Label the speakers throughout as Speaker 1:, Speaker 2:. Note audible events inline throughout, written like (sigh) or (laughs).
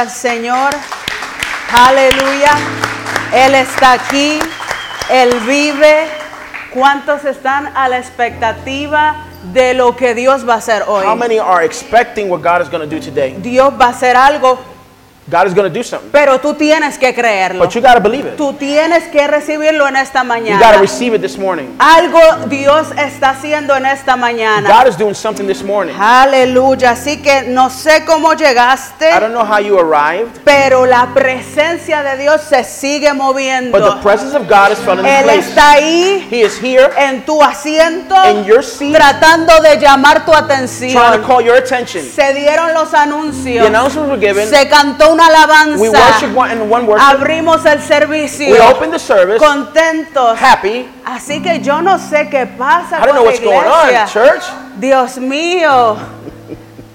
Speaker 1: al Señor. Aleluya. Él está aquí. Él vive. ¿Cuántos están a la expectativa de lo que Dios va a hacer
Speaker 2: How
Speaker 1: hoy?
Speaker 2: many are expecting what God is going to do today?
Speaker 1: Dios va a hacer algo,
Speaker 2: God is going to do something,
Speaker 1: pero tú tienes que creerlo.
Speaker 2: but you got to believe it.
Speaker 1: Tú tienes que recibirlo en esta
Speaker 2: Pues You got to
Speaker 1: mañana.
Speaker 2: receive it this morning.
Speaker 1: Algo Dios está haciendo en esta mañana.
Speaker 2: God is doing something this morning.
Speaker 1: Aleluya. Así que no sé cómo llegaste,
Speaker 2: I don't know how you arrived,
Speaker 1: pero la presencia de Dios se sigue
Speaker 2: but the
Speaker 1: moviendo.
Speaker 2: presence of God is found in
Speaker 1: Él
Speaker 2: this place.
Speaker 1: está ahí
Speaker 2: He is here
Speaker 1: en tu asiento
Speaker 2: in your seat,
Speaker 1: tratando de llamar tu
Speaker 2: trying to
Speaker 1: atención.
Speaker 2: call your attention.
Speaker 1: Se dieron los anuncios.
Speaker 2: The announcements were given.
Speaker 1: Se cantó una
Speaker 2: We
Speaker 1: alabanza.
Speaker 2: worship one in one worship.
Speaker 1: Abrimos el
Speaker 2: We
Speaker 1: servicio.
Speaker 2: opened the service
Speaker 1: Contentos.
Speaker 2: happy.
Speaker 1: Así que yo no sé qué pasa
Speaker 2: I don't
Speaker 1: con la
Speaker 2: know what's going on,
Speaker 1: iglesia.
Speaker 2: church.
Speaker 1: Dios
Speaker 2: (laughs)
Speaker 1: mío.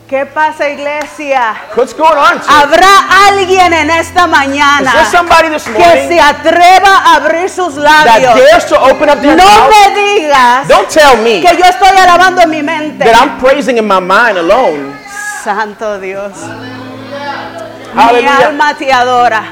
Speaker 1: ¿Qué pasa, iglesia?
Speaker 2: What's going on, church?
Speaker 1: ¿Habrá alguien en esta
Speaker 2: Is
Speaker 1: mañana
Speaker 2: there somebody this
Speaker 1: que se
Speaker 2: morning
Speaker 1: atreva a abrir sus
Speaker 2: that
Speaker 1: labios?
Speaker 2: dares to open up their
Speaker 1: No
Speaker 2: mouth?
Speaker 1: me digas
Speaker 2: Don't tell me
Speaker 1: que yo estoy alabando en mi mente.
Speaker 2: that I'm praising in my mind alone.
Speaker 1: Santo Dios. Mi
Speaker 2: Hallelujah.
Speaker 1: alma te adora.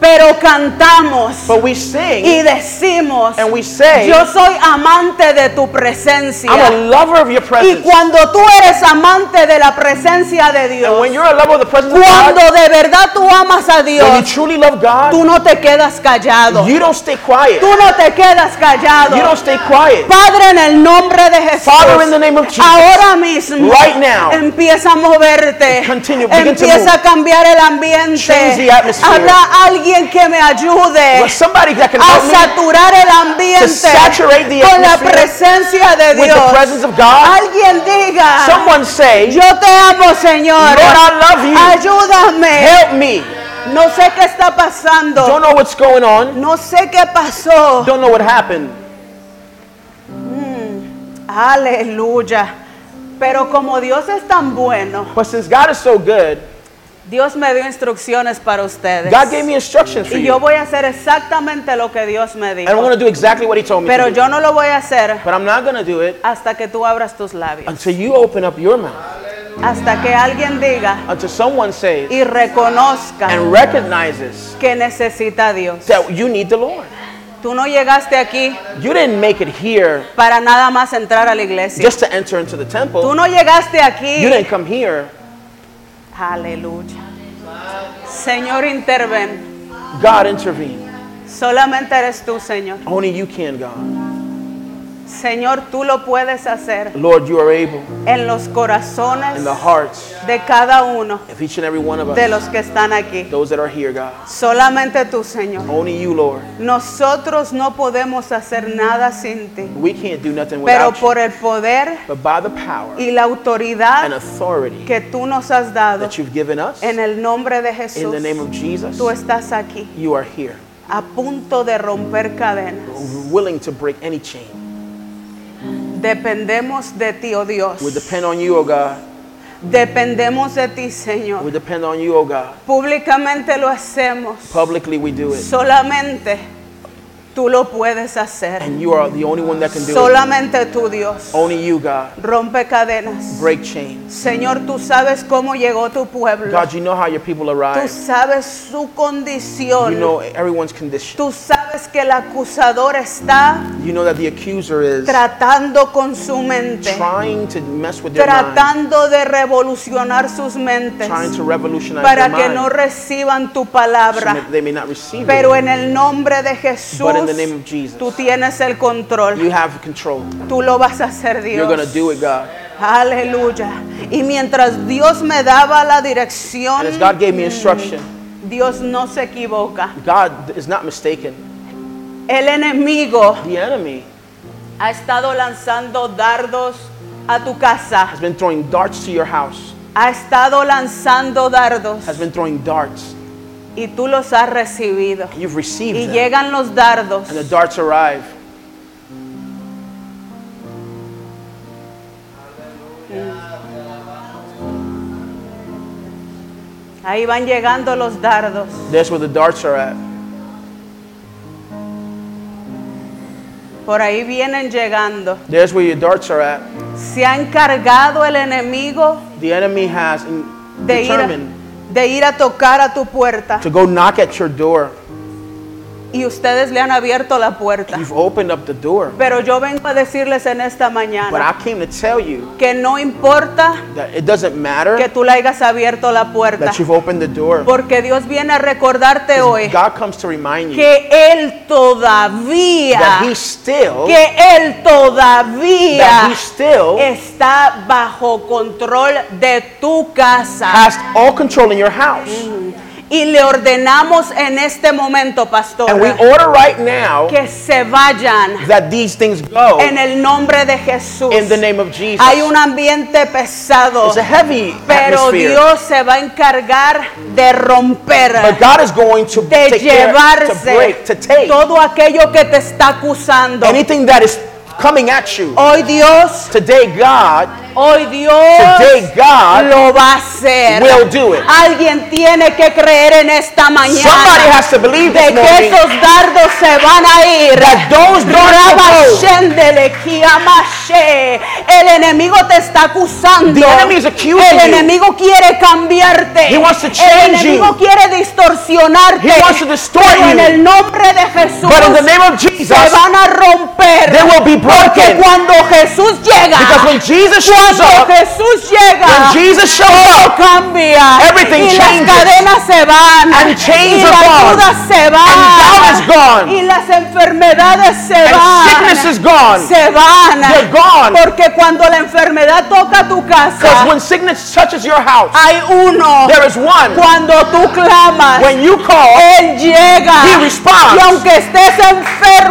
Speaker 1: Pero cantamos
Speaker 2: But we sing
Speaker 1: y decimos,
Speaker 2: and we say,
Speaker 1: yo soy amante de tu presencia.
Speaker 2: I'm a lover of your
Speaker 1: Y
Speaker 2: presence.
Speaker 1: cuando tú eres amante de la presencia de
Speaker 2: And
Speaker 1: Dios,
Speaker 2: when you're a lover of the presence of God,
Speaker 1: cuando de verdad tú amas a
Speaker 2: when
Speaker 1: Dios,
Speaker 2: you truly love God,
Speaker 1: tú no te quedas callado.
Speaker 2: you don't stay quiet.
Speaker 1: Tú no te quedas
Speaker 2: You don't
Speaker 1: callado.
Speaker 2: stay quiet.
Speaker 1: Padre, en el nombre de Jesús.
Speaker 2: Father, in the name of Jesus,
Speaker 1: Ahora mismo
Speaker 2: Right now.
Speaker 1: empieza a moverte,
Speaker 2: Continue, begin to
Speaker 1: empieza
Speaker 2: move.
Speaker 1: a cambiar el ambiente.
Speaker 2: Change the atmosphere.
Speaker 1: Habrá alguien que me ayude
Speaker 2: but somebody that can
Speaker 1: a
Speaker 2: help me
Speaker 1: saturar el ambiente
Speaker 2: to saturate the
Speaker 1: con la
Speaker 2: atmosphere
Speaker 1: presencia de
Speaker 2: with the
Speaker 1: Dios.
Speaker 2: presence of God.
Speaker 1: Alguien diga,
Speaker 2: Someone say,
Speaker 1: yo te amo, Señor.
Speaker 2: Lord, I love you.
Speaker 1: Ayúdame.
Speaker 2: Help me.
Speaker 1: No sé qué está
Speaker 2: Don't
Speaker 1: pasando.
Speaker 2: know what's going on.
Speaker 1: No sé qué pasó.
Speaker 2: Don't know what happened.
Speaker 1: Aleluya. Pero como Dios es tan bueno,
Speaker 2: But since God is so good,
Speaker 1: Dios me dio instrucciones para ustedes.
Speaker 2: God gave me instructions for
Speaker 1: Y yo
Speaker 2: you.
Speaker 1: voy a hacer exactamente lo que Dios me
Speaker 2: And I'm
Speaker 1: dijo.
Speaker 2: going to do exactly what He told me
Speaker 1: Pero
Speaker 2: to do.
Speaker 1: yo no lo voy a hacer
Speaker 2: But I'm not going to do it
Speaker 1: hasta que tú abras tus labios.
Speaker 2: until you open up your mouth,
Speaker 1: Hasta que alguien diga
Speaker 2: until someone says
Speaker 1: y reconozca
Speaker 2: and recognizes
Speaker 1: que necesita a Dios.
Speaker 2: that you need the Lord.
Speaker 1: Tú no llegaste aquí
Speaker 2: You didn't make it here
Speaker 1: para nada más entrar a la iglesia.
Speaker 2: just to enter into the
Speaker 1: Tú
Speaker 2: temple.
Speaker 1: no llegaste aquí.
Speaker 2: You didn't come here.
Speaker 1: Aleluya. Señor, interven.
Speaker 2: God intervened.
Speaker 1: Solamente eres tú, Señor.
Speaker 2: Only you can, God.
Speaker 1: Señor, tú lo puedes hacer
Speaker 2: Lord, you are able
Speaker 1: en los corazones
Speaker 2: in the hearts
Speaker 1: de cada uno
Speaker 2: of each and every one of
Speaker 1: de
Speaker 2: us,
Speaker 1: los que están aquí.
Speaker 2: those that are here, God.
Speaker 1: Solamente tú, Señor.
Speaker 2: Only you, Lord.
Speaker 1: Nosotros no podemos hacer nada sin ti,
Speaker 2: We can't do nothing
Speaker 1: pero
Speaker 2: without you.
Speaker 1: por el poder
Speaker 2: But by the power
Speaker 1: y la
Speaker 2: and
Speaker 1: autoridad
Speaker 2: authority
Speaker 1: que tú nos has dado,
Speaker 2: that you've given us,
Speaker 1: en el nombre de
Speaker 2: in
Speaker 1: Jesús,
Speaker 2: the name of Jesus,
Speaker 1: tú estás aquí,
Speaker 2: you are here,
Speaker 1: a punto de romper cadenas.
Speaker 2: willing to break any chain.
Speaker 1: Dependemos de ti, oh Dios.
Speaker 2: We depend on you, O God.
Speaker 1: Dependemos de ti,
Speaker 2: We
Speaker 1: Señor.
Speaker 2: depend on you, O God.
Speaker 1: Públicamente lo hacemos.
Speaker 2: Publicly, we do it.
Speaker 1: Solamente tú lo puedes hacer.
Speaker 2: And you are the only one that can do it.
Speaker 1: Solamente tú, Dios.
Speaker 2: Only you, God.
Speaker 1: Rompe cadenas.
Speaker 2: Break chains.
Speaker 1: Señor, tú sabes cómo llegó tu pueblo.
Speaker 2: God, you know how your people
Speaker 1: Tú
Speaker 2: arrive.
Speaker 1: sabes su
Speaker 2: You know
Speaker 1: condición.
Speaker 2: everyone's condition.
Speaker 1: Tú sabes que el acusador está
Speaker 2: You know that the accuser is
Speaker 1: tratando con su mente,
Speaker 2: trying to mess with their mind,
Speaker 1: tratando de revolucionar sus mentes
Speaker 2: trying to revolutionize their
Speaker 1: para que no
Speaker 2: mind,
Speaker 1: reciban tu
Speaker 2: so
Speaker 1: palabra.
Speaker 2: that they may not receive
Speaker 1: Pero
Speaker 2: it.
Speaker 1: en el nombre de Jesús,
Speaker 2: But in the name of Jesus,
Speaker 1: tú tienes el control.
Speaker 2: you have control.
Speaker 1: Tú lo vas a hacer,
Speaker 2: You're
Speaker 1: Dios.
Speaker 2: gonna do it, God.
Speaker 1: Aleluya. Y mientras Dios me daba la dirección,
Speaker 2: And as God gave me instruction,
Speaker 1: Dios no se equivoca.
Speaker 2: God is not mistaken.
Speaker 1: El enemigo
Speaker 2: The enemy
Speaker 1: ha estado lanzando dardos a tu casa.
Speaker 2: has been throwing darts to your house,
Speaker 1: Ha estado lanzando dardos
Speaker 2: has been throwing darts.
Speaker 1: y tú los has recibido.
Speaker 2: You've
Speaker 1: Y
Speaker 2: received them,
Speaker 1: llegan los dardos
Speaker 2: and the darts arrive.
Speaker 1: Ahí van llegando los dardos.
Speaker 2: That's where the darts are at.
Speaker 1: Por ahí vienen llegando.
Speaker 2: There's where your darts are at.
Speaker 1: Se ha encargado el enemigo
Speaker 2: The enemy has in-
Speaker 1: de ir,
Speaker 2: determined
Speaker 1: de ir a tocar a tu puerta
Speaker 2: to go knock at your door.
Speaker 1: y ustedes le han abierto la puerta.
Speaker 2: You've opened up the door.
Speaker 1: Pero yo vengo a decirles en esta
Speaker 2: But
Speaker 1: mañana
Speaker 2: I came to tell you
Speaker 1: que no importa
Speaker 2: that it doesn't matter
Speaker 1: que tú le hayas abierto la puerta,
Speaker 2: that you've opened the door.
Speaker 1: porque Dios viene a recordarte hoy
Speaker 2: God comes to remind you
Speaker 1: que Él todavía,
Speaker 2: that He still,
Speaker 1: que Él
Speaker 2: that
Speaker 1: todavía
Speaker 2: He still
Speaker 1: está bajo control de tu casa.
Speaker 2: has all control in your house.
Speaker 1: Y le ordenamos en este momento,
Speaker 2: And we
Speaker 1: pastor,
Speaker 2: order right now
Speaker 1: que se vayan
Speaker 2: that these things go
Speaker 1: en el nombre de Jesús.
Speaker 2: in the name of Jesus.
Speaker 1: Hay un ambiente pesado,
Speaker 2: It's a heavy
Speaker 1: pero
Speaker 2: atmosphere.
Speaker 1: Dios se va a encargar de romper,
Speaker 2: But God is going to
Speaker 1: de
Speaker 2: take care, to break, to
Speaker 1: llevarse
Speaker 2: take
Speaker 1: todo aquello que te está acusando.
Speaker 2: anything that is coming at you.
Speaker 1: Hoy Dios,
Speaker 2: Today, God
Speaker 1: hoy
Speaker 2: Today,
Speaker 1: Dios
Speaker 2: God
Speaker 1: lo va a hacer.
Speaker 2: will do it.
Speaker 1: Alguien tiene que creer en esta
Speaker 2: Somebody
Speaker 1: mañana
Speaker 2: has to believe this
Speaker 1: de que
Speaker 2: morning
Speaker 1: esos dardos se van a ir.
Speaker 2: that those darts will go.
Speaker 1: Rabashendele kiamashe. El enemigo te está acusando.
Speaker 2: The enemy is accusing
Speaker 1: El
Speaker 2: you.
Speaker 1: enemigo quiere cambiarte.
Speaker 2: He wants to
Speaker 1: el
Speaker 2: change
Speaker 1: enemigo
Speaker 2: you.
Speaker 1: quiere distorsionarte.
Speaker 2: He wants to distort
Speaker 1: Pero en
Speaker 2: you.
Speaker 1: el nombre de Jesús
Speaker 2: But in the name of
Speaker 1: se
Speaker 2: Jesus,
Speaker 1: van a romper.
Speaker 2: they will be
Speaker 1: porque
Speaker 2: broken.
Speaker 1: cuando Jesús llega,
Speaker 2: Because when Jesus shows
Speaker 1: cuando
Speaker 2: up,
Speaker 1: Jesús llega,
Speaker 2: when Jesus shows
Speaker 1: todo
Speaker 2: up,
Speaker 1: cambia.
Speaker 2: everything
Speaker 1: y
Speaker 2: changes.
Speaker 1: las cadenas se van.
Speaker 2: And
Speaker 1: y
Speaker 2: chains are
Speaker 1: las
Speaker 2: gone.
Speaker 1: dudas se van.
Speaker 2: doubt is gone.
Speaker 1: Y las enfermedades se
Speaker 2: and
Speaker 1: van.
Speaker 2: sickness is gone.
Speaker 1: se van.
Speaker 2: They're gone.
Speaker 1: Porque cuando la enfermedad toca tu casa,
Speaker 2: Because when sickness touches your house,
Speaker 1: hay uno.
Speaker 2: there is one.
Speaker 1: Cuando tú clamas,
Speaker 2: When you call,
Speaker 1: él llega.
Speaker 2: He responds.
Speaker 1: Y aunque estés enfermo,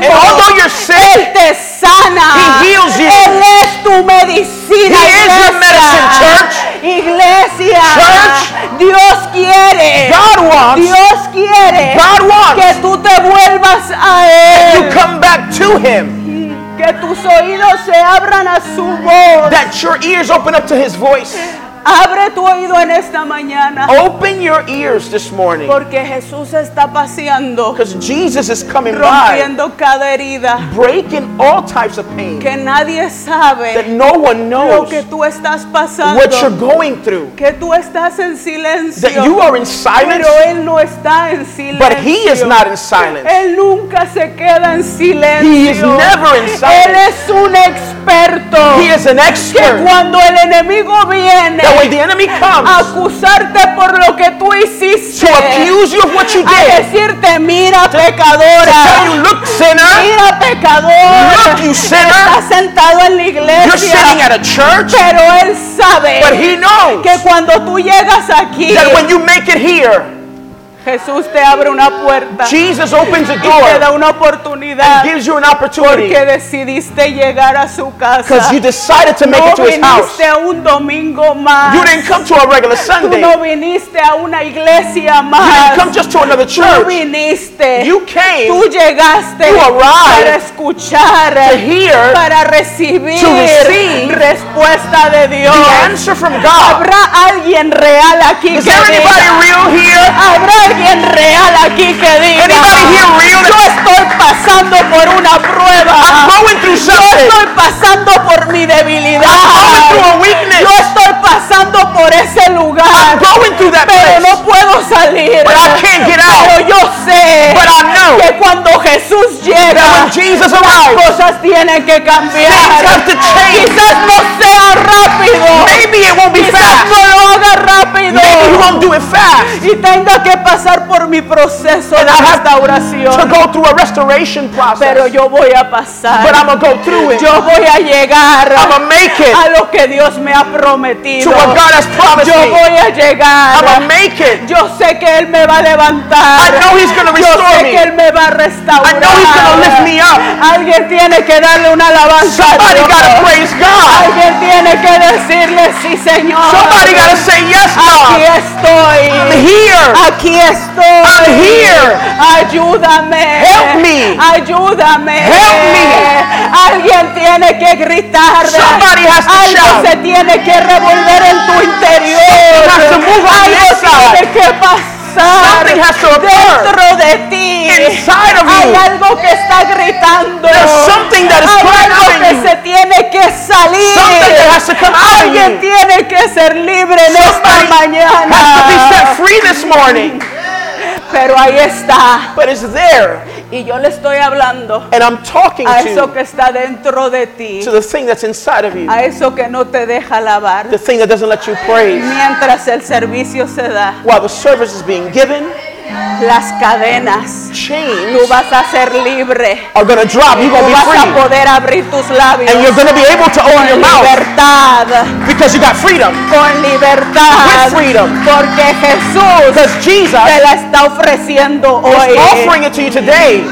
Speaker 2: And although you're sick,
Speaker 1: Él te sana.
Speaker 2: He heals you.
Speaker 1: Él es tu medicina.
Speaker 2: He is your medicine, church.
Speaker 1: Iglesia.
Speaker 2: Church.
Speaker 1: Dios quiere.
Speaker 2: God wants,
Speaker 1: Dios quiere
Speaker 2: God
Speaker 1: que
Speaker 2: wants
Speaker 1: tú te vuelvas a
Speaker 2: you
Speaker 1: Él.
Speaker 2: come back to Him,
Speaker 1: Que tus oídos se abran a su voz.
Speaker 2: that your ears open up to His voice.
Speaker 1: Abre tu oído en esta mañana.
Speaker 2: Open your ears this morning
Speaker 1: Porque Jesús está paseando,
Speaker 2: because Jesus is coming by,
Speaker 1: rompiendo cada herida.
Speaker 2: breaking all types of pain
Speaker 1: Que nadie sabe.
Speaker 2: that no one
Speaker 1: lo
Speaker 2: knows
Speaker 1: que tú estás pasando,
Speaker 2: what you're going through.
Speaker 1: que tú estás en silencio,
Speaker 2: That you are in silence,
Speaker 1: pero él no está en silencio.
Speaker 2: but He is not in silence.
Speaker 1: Él nunca se queda en silencio.
Speaker 2: He is never in silence.
Speaker 1: Él es un experto.
Speaker 2: He is an
Speaker 1: que
Speaker 2: expert.
Speaker 1: cuando el enemigo viene
Speaker 2: That when the enemy
Speaker 1: a
Speaker 2: comes
Speaker 1: acusarte por lo que tú hiciste,
Speaker 2: to accuse you of what you
Speaker 1: a
Speaker 2: did,
Speaker 1: decirte, mira
Speaker 2: to tell
Speaker 1: pecadora,
Speaker 2: you, look, sinner,
Speaker 1: mira pecador,
Speaker 2: look, you sinner,
Speaker 1: estás sentado en la
Speaker 2: you're sitting
Speaker 1: iglesia,
Speaker 2: at a church,
Speaker 1: pero él sabe
Speaker 2: but He knows
Speaker 1: que cuando tú llegas aquí,
Speaker 2: that when you make it here,
Speaker 1: Jesús te abre una puerta
Speaker 2: Jesus opens a
Speaker 1: y te da
Speaker 2: door,
Speaker 1: una oportunidad
Speaker 2: gives you an opportunity
Speaker 1: porque decidiste llegar a su
Speaker 2: because
Speaker 1: casa.
Speaker 2: you decided to make
Speaker 1: No
Speaker 2: it to His house.
Speaker 1: viniste a un domingo más.
Speaker 2: You didn't come to a regular
Speaker 1: Tú
Speaker 2: Sunday.
Speaker 1: no
Speaker 2: You
Speaker 1: viniste a una iglesia
Speaker 2: didn't
Speaker 1: más.
Speaker 2: come just to another
Speaker 1: Tú
Speaker 2: church.
Speaker 1: viniste.
Speaker 2: You came
Speaker 1: Tú llegaste
Speaker 2: You arrived
Speaker 1: para escuchar,
Speaker 2: to hear
Speaker 1: para recibir
Speaker 2: to receive
Speaker 1: respuesta de Dios.
Speaker 2: the answer from God.
Speaker 1: ¿Habrá alguien real aquí
Speaker 2: Is
Speaker 1: que
Speaker 2: there anybody
Speaker 1: venga?
Speaker 2: real here?
Speaker 1: Habrá alguien real aquí que diga,
Speaker 2: Anybody here real
Speaker 1: yo
Speaker 2: that-
Speaker 1: estoy pasando por una
Speaker 2: I'm
Speaker 1: prueba,
Speaker 2: going through
Speaker 1: yo
Speaker 2: something.
Speaker 1: estoy pasando por mi
Speaker 2: I'm going
Speaker 1: debilidad,
Speaker 2: through a weakness.
Speaker 1: yo estoy pasando por ese lugar,
Speaker 2: I'm going through that
Speaker 1: pero
Speaker 2: place.
Speaker 1: no puedo salir,
Speaker 2: But I can't get out.
Speaker 1: pero yo sé
Speaker 2: But I know
Speaker 1: que cuando Jesús
Speaker 2: that
Speaker 1: llega,
Speaker 2: when Jesus
Speaker 1: las
Speaker 2: arrives,
Speaker 1: cosas tienen que
Speaker 2: things
Speaker 1: cambiar,
Speaker 2: have to change.
Speaker 1: quizás no sea rápido,
Speaker 2: Maybe it won't be
Speaker 1: quizás
Speaker 2: fast.
Speaker 1: no lo haga
Speaker 2: Maybe he
Speaker 1: rápido.
Speaker 2: won't do it fast.
Speaker 1: y tenga que pasar por mi proceso de
Speaker 2: I have To
Speaker 1: restauración.
Speaker 2: go through a restoration
Speaker 1: Pero
Speaker 2: process.
Speaker 1: yo voy a pasar.
Speaker 2: But I'm going to go through it.
Speaker 1: Yo voy a llegar
Speaker 2: I'm going to make
Speaker 1: a
Speaker 2: it
Speaker 1: lo que Dios me ha
Speaker 2: to
Speaker 1: prometido.
Speaker 2: what God has promised
Speaker 1: Yo
Speaker 2: me.
Speaker 1: voy a
Speaker 2: I'm going to
Speaker 1: llegar.
Speaker 2: make it.
Speaker 1: Yo sé que Él me va a levantar.
Speaker 2: I know he's gonna
Speaker 1: Yo
Speaker 2: restore
Speaker 1: sé
Speaker 2: me.
Speaker 1: que Él me va a restaurar.
Speaker 2: I know he's gonna lift me up.
Speaker 1: Alguien tiene que darle una alabanza. a
Speaker 2: Somebody
Speaker 1: Dios.
Speaker 2: got to praise God.
Speaker 1: Alguien tiene que decirle sí, Señor.
Speaker 2: Somebody got to say, Yes,
Speaker 1: Aquí
Speaker 2: God.
Speaker 1: estoy.
Speaker 2: I'm here.
Speaker 1: Aquí estoy.
Speaker 2: I'm here.
Speaker 1: Ayúdame.
Speaker 2: Help me.
Speaker 1: Ayúdame.
Speaker 2: Help me.
Speaker 1: Alguien tiene que gritar.
Speaker 2: Somebody has to
Speaker 1: Algo
Speaker 2: shout.
Speaker 1: se tiene que revolver en tu interior.
Speaker 2: Something has to move on the
Speaker 1: Algo
Speaker 2: inside.
Speaker 1: tiene que pasar.
Speaker 2: something has to occur.
Speaker 1: Dentro de ti
Speaker 2: Inside of
Speaker 1: hay
Speaker 2: you.
Speaker 1: algo que está gritando.
Speaker 2: There's something that is
Speaker 1: hay
Speaker 2: crying
Speaker 1: algo
Speaker 2: out in
Speaker 1: que
Speaker 2: you.
Speaker 1: se tiene que salir.
Speaker 2: Something that has to come out in
Speaker 1: Alguien
Speaker 2: you.
Speaker 1: tiene que ser libre en esta
Speaker 2: Somebody
Speaker 1: mañana.
Speaker 2: Has to be set free this morning.
Speaker 1: Pero ahí está.
Speaker 2: But it's there.
Speaker 1: Y yo le estoy hablando
Speaker 2: And I'm talking
Speaker 1: a eso
Speaker 2: to,
Speaker 1: que está dentro de ti.
Speaker 2: to the thing that's inside of you.
Speaker 1: A eso que no te deja alabar.
Speaker 2: The thing that doesn't let you praise.
Speaker 1: Mientras el servicio se da,
Speaker 2: While the service is being given,
Speaker 1: las cadenas, tú
Speaker 2: chains
Speaker 1: vas a ser libre.
Speaker 2: are going to drop. You're going
Speaker 1: Tú
Speaker 2: to be
Speaker 1: vas a
Speaker 2: free.
Speaker 1: poder abrir tus labios
Speaker 2: And you're going to be able to open your
Speaker 1: con
Speaker 2: mouth
Speaker 1: libertad,
Speaker 2: because you got freedom.
Speaker 1: con libertad,
Speaker 2: With freedom.
Speaker 1: porque Jesús
Speaker 2: Because Jesus
Speaker 1: te
Speaker 2: is
Speaker 1: la está ofreciendo hoy.
Speaker 2: offering it to you today.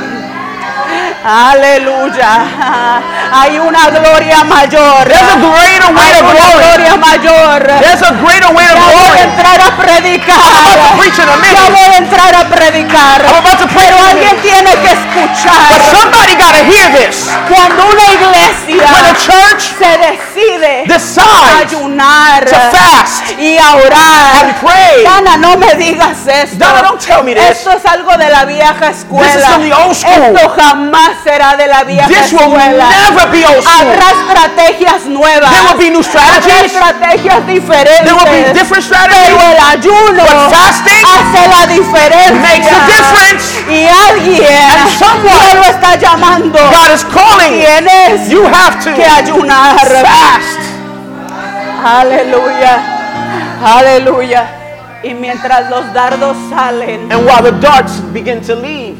Speaker 1: Aleluya. Hay una gloria mayor.
Speaker 2: There's a greater weight
Speaker 1: Hay
Speaker 2: of
Speaker 1: una
Speaker 2: glory.
Speaker 1: gloria mayor.
Speaker 2: There's a greater weight of
Speaker 1: Ya voy a
Speaker 2: glory.
Speaker 1: entrar a
Speaker 2: I'm about to
Speaker 1: predicar.
Speaker 2: preach in a
Speaker 1: Ya
Speaker 2: minute. Oh.
Speaker 1: voy a entrar a predicar.
Speaker 2: I'm about to pray
Speaker 1: Pero
Speaker 2: in a
Speaker 1: alguien
Speaker 2: minute.
Speaker 1: tiene que
Speaker 2: But
Speaker 1: escuchar.
Speaker 2: somebody got to hear this.
Speaker 1: Cuando una iglesia
Speaker 2: When the church
Speaker 1: se decide
Speaker 2: decides
Speaker 1: ayunar
Speaker 2: to fast
Speaker 1: y a
Speaker 2: and
Speaker 1: orar.
Speaker 2: pray,
Speaker 1: Dana, no me digas esto.
Speaker 2: Dana, don't tell me this.
Speaker 1: Esto es algo de la vieja escuela.
Speaker 2: This is from the old school.
Speaker 1: Esto jamás será de la vieja
Speaker 2: this will
Speaker 1: escuela.
Speaker 2: never be old school.
Speaker 1: Habrá estrategias nuevas.
Speaker 2: There will be new
Speaker 1: Habrá
Speaker 2: strategies.
Speaker 1: estrategias diferentes.
Speaker 2: There will be different
Speaker 1: pero
Speaker 2: strategies.
Speaker 1: el ayuno
Speaker 2: But fasting
Speaker 1: hace la diferencia.
Speaker 2: makes a difference.
Speaker 1: Y alguien
Speaker 2: And someone
Speaker 1: Dios lo está llamando.
Speaker 2: God is calling.
Speaker 1: Tienes
Speaker 2: You have
Speaker 1: que
Speaker 2: to
Speaker 1: ayunar.
Speaker 2: fast.
Speaker 1: Aleluya, aleluya. Y mientras los dardos salen,
Speaker 2: And while the darts begin to leave,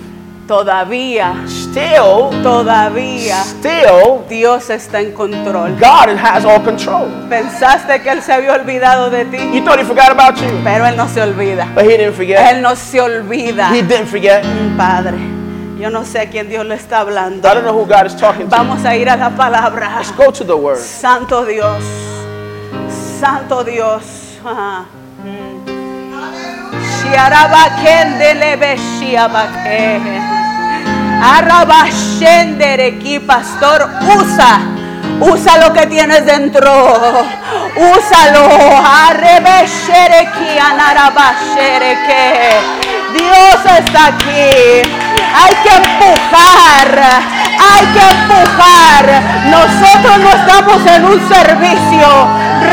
Speaker 1: todavía,
Speaker 2: still,
Speaker 1: todavía
Speaker 2: still,
Speaker 1: Dios está en control.
Speaker 2: God has all control.
Speaker 1: Pensaste que Él se había olvidado de ti,
Speaker 2: You thought he forgot about you,
Speaker 1: pero Él no se olvida.
Speaker 2: but he didn't forget.
Speaker 1: Él no se olvida.
Speaker 2: He didn't forget.
Speaker 1: Padre, yo no sé a quién Dios le está hablando.
Speaker 2: I don't know who God is talking to.
Speaker 1: Vamos a ir a la palabra.
Speaker 2: Let's go to the word.
Speaker 1: Santo Dios, Santo Dios. Ajá. Mm. Shiarabakendele beshiabake. Arabashendereki, pastor, usa. Usa lo que tienes dentro. Úsalo. Arrebeshereki, anarabashereke. Dios está aquí. Hay que empujar. Hay que empujar. Nosotros no estamos en un servicio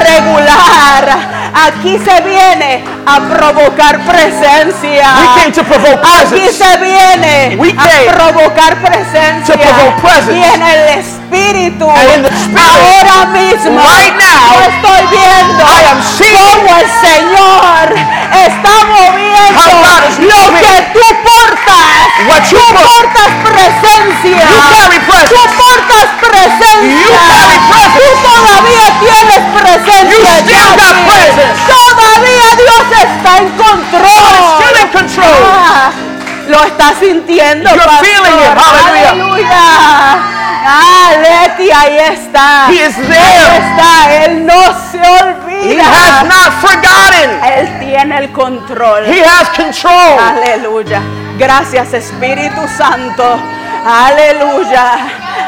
Speaker 1: regular. Aquí se viene a provocar presencia.
Speaker 2: We came to provoke
Speaker 1: Aquí
Speaker 2: presence.
Speaker 1: se viene
Speaker 2: We came
Speaker 1: a provocar presencia.
Speaker 2: to provoke presence.
Speaker 1: Y en el espíritu,
Speaker 2: And in the spirit,
Speaker 1: ahora mismo,
Speaker 2: right now,
Speaker 1: yo estoy viendo
Speaker 2: I am seeing
Speaker 1: cómo el Señor está moviendo
Speaker 2: How God is
Speaker 1: lo
Speaker 2: moving.
Speaker 1: que tú portas.
Speaker 2: what you want.
Speaker 1: Portas presencia.
Speaker 2: You carry presence.
Speaker 1: Tú portas presencia.
Speaker 2: You carry presence.
Speaker 1: Tú todavía tienes presencia.
Speaker 2: You still
Speaker 1: Jackie.
Speaker 2: got presence.
Speaker 1: Todavía Dios está en control.
Speaker 2: Still in control.
Speaker 1: Ah, lo está sintiendo,
Speaker 2: You're
Speaker 1: pastor.
Speaker 2: feeling it. Hallelujah.
Speaker 1: Aleluya. Ah, Leti, ahí está.
Speaker 2: He is
Speaker 1: Ahí
Speaker 2: there.
Speaker 1: está. Él no se
Speaker 2: He has
Speaker 1: olvida.
Speaker 2: not forgotten.
Speaker 1: Él tiene el control.
Speaker 2: He has control.
Speaker 1: Aleluya. Gracias Espíritu Santo. Aleluya.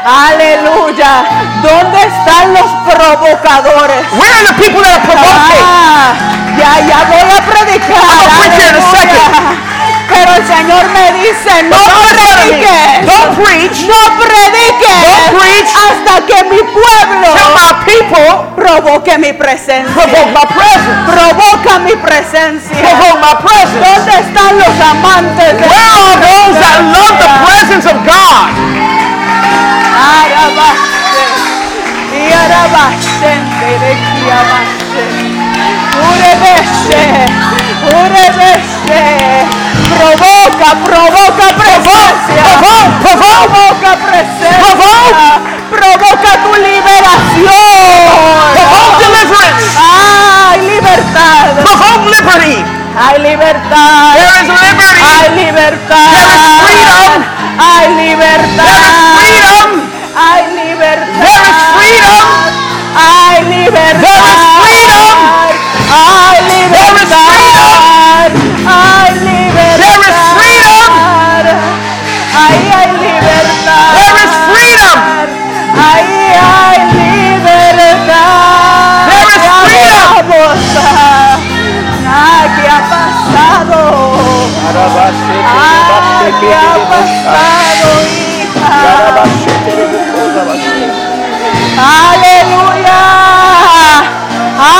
Speaker 1: Aleluya. ¿Dónde están los provocadores?
Speaker 2: Where are the people that are provoking?
Speaker 1: Ah, ya, ya voy a predicar.
Speaker 2: I'm gonna preach in a
Speaker 1: Aleluya.
Speaker 2: second.
Speaker 1: Pero el Señor me dice, no
Speaker 2: But God said to me,
Speaker 1: prediques.
Speaker 2: Don't preach
Speaker 1: No prediques.
Speaker 2: Don't preach.
Speaker 1: Hasta que mi
Speaker 2: till
Speaker 1: pueblo
Speaker 2: my people
Speaker 1: provoque mi presencia.
Speaker 2: provoke my presence.
Speaker 1: Provoca mi presencia.
Speaker 2: Provoke my presence.
Speaker 1: ¿Dónde están los amantes de
Speaker 2: Where are those that love the presence of God?
Speaker 1: Arabaste, y arabashente de kiabaste. Urebeshe, urebeshe. Provoca, provoca presencia.
Speaker 2: Provoke, provoke,
Speaker 1: Provoca presencia.
Speaker 2: Provoca.
Speaker 1: Provoca tu liberación.
Speaker 2: provoke deliverance.
Speaker 1: Hay libertad.
Speaker 2: Provoke liberty.
Speaker 1: Hay libertad.
Speaker 2: There is liberty.
Speaker 1: Hay libertad.
Speaker 2: There is freedom.
Speaker 1: Hay libertad.
Speaker 2: There is freedom.
Speaker 1: Hay libertad.
Speaker 2: There is freedom.
Speaker 1: Hay libertad.
Speaker 2: There
Speaker 1: Hay libertad. Hay libertad.
Speaker 2: is freedom. There is There is freedom.
Speaker 1: Ahí hay libertad.
Speaker 2: There is freedom.
Speaker 1: Ahí hay libertad.
Speaker 2: There is
Speaker 1: Te
Speaker 2: freedom.
Speaker 1: alabamos. Ah, ¿Qué ha pasado? nada que ha pasado, hija. Aleluya.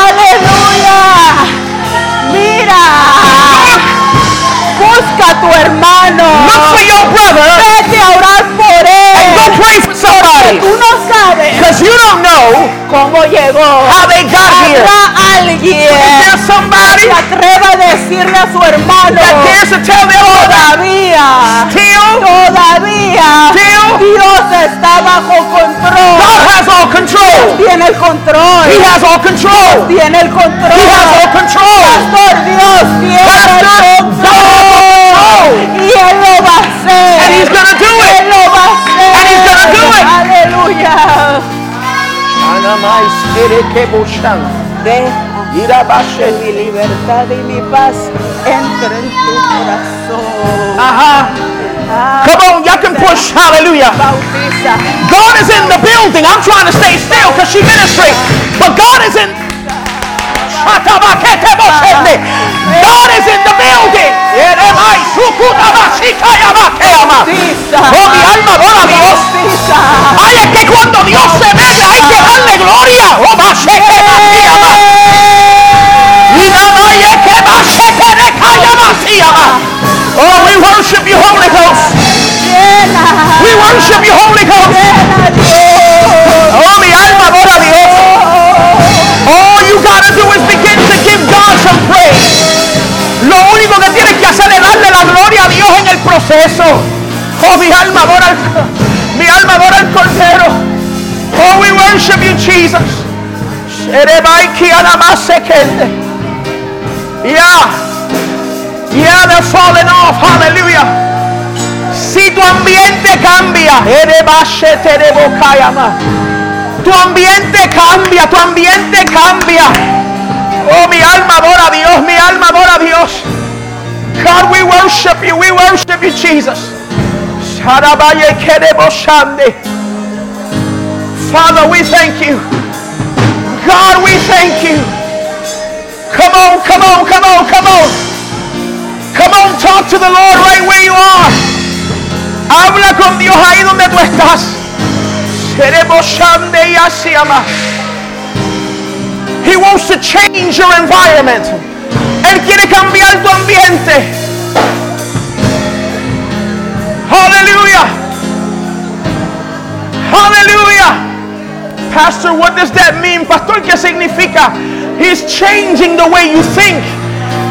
Speaker 1: Aleluya. Mira. Busca a tu hermano.
Speaker 3: Look for your brother
Speaker 1: Vete a orar por
Speaker 3: and
Speaker 1: él.
Speaker 3: go pray for somebody.
Speaker 1: Tú no sabes
Speaker 3: Because you don't know
Speaker 1: cómo llegó.
Speaker 3: how they got here.
Speaker 1: Habrá alguien.
Speaker 3: There's somebody
Speaker 1: se atreva a decirle a su hermano
Speaker 3: that dares to tell their brother,
Speaker 1: todavía
Speaker 3: still,
Speaker 1: todavía
Speaker 3: still,
Speaker 1: Dios está bajo
Speaker 3: God
Speaker 1: control
Speaker 3: has all control.
Speaker 1: tiene el
Speaker 3: He
Speaker 1: control
Speaker 3: has all control.
Speaker 1: tiene el
Speaker 3: He has all
Speaker 1: control
Speaker 3: control.
Speaker 1: Pastor Dios tiene el
Speaker 3: Pastor, God has all control.
Speaker 1: control y él lo va a
Speaker 3: And he's
Speaker 1: hacer
Speaker 3: gonna do it.
Speaker 1: él lo va a
Speaker 3: And he's gonna do it.
Speaker 1: hacer aleluya deja mi libertad y mi paz entre en tu corazón
Speaker 3: Uh-huh.
Speaker 1: Ah,
Speaker 3: Come on, y'all can push. Hallelujah.
Speaker 1: bautiza
Speaker 3: God is in the building. I'm trying to stay still because she ministry. But God is in. God is in the building.
Speaker 1: bautiza
Speaker 3: Oh, mi alma adora a Dios.
Speaker 1: bautiza
Speaker 3: Ay, es que cuando Dios se mete hay que darle gloria. Oh, va, se te va, se te va. Y la vaya que va, se te recalla, va, se te va. Oh, we worship you, Holy Ghost.
Speaker 1: llena
Speaker 3: We worship you, Holy Ghost.
Speaker 1: llena Dios
Speaker 3: Oh, mi alma adora a Dios. All you gotta do is begin to give God some praise. Lo único que tienes que hacer es darle la gloria a Dios en el proceso. Oh, mi alma adora al, mi alma adora al Cordero. Oh, we worship you, Jesus. Sherebaiki anamasekende. Yeah. Yeah, they're falling off. Hallelujah. Si tu ambiente cambia, erebasheterebokayama. Tu ambiente cambia, tu ambiente cambia. Oh, mi alma adora a Dios, mi alma adora a Dios. God, we worship you, we worship you, Jesus. Sarabaye kerebosande. Father, we thank you. God, we thank you. Come on, come on, come on, come on. Come on, talk to the Lord right where you are. Habla con Dios ahí donde tú estás. Kerebosande yasiyama. He wants to change your environment. Él quiere cambiar tu ambiente. Hallelujah. Hallelujah. Pastor, what does that mean? Pastor, ¿qué significa? He's changing the way you think.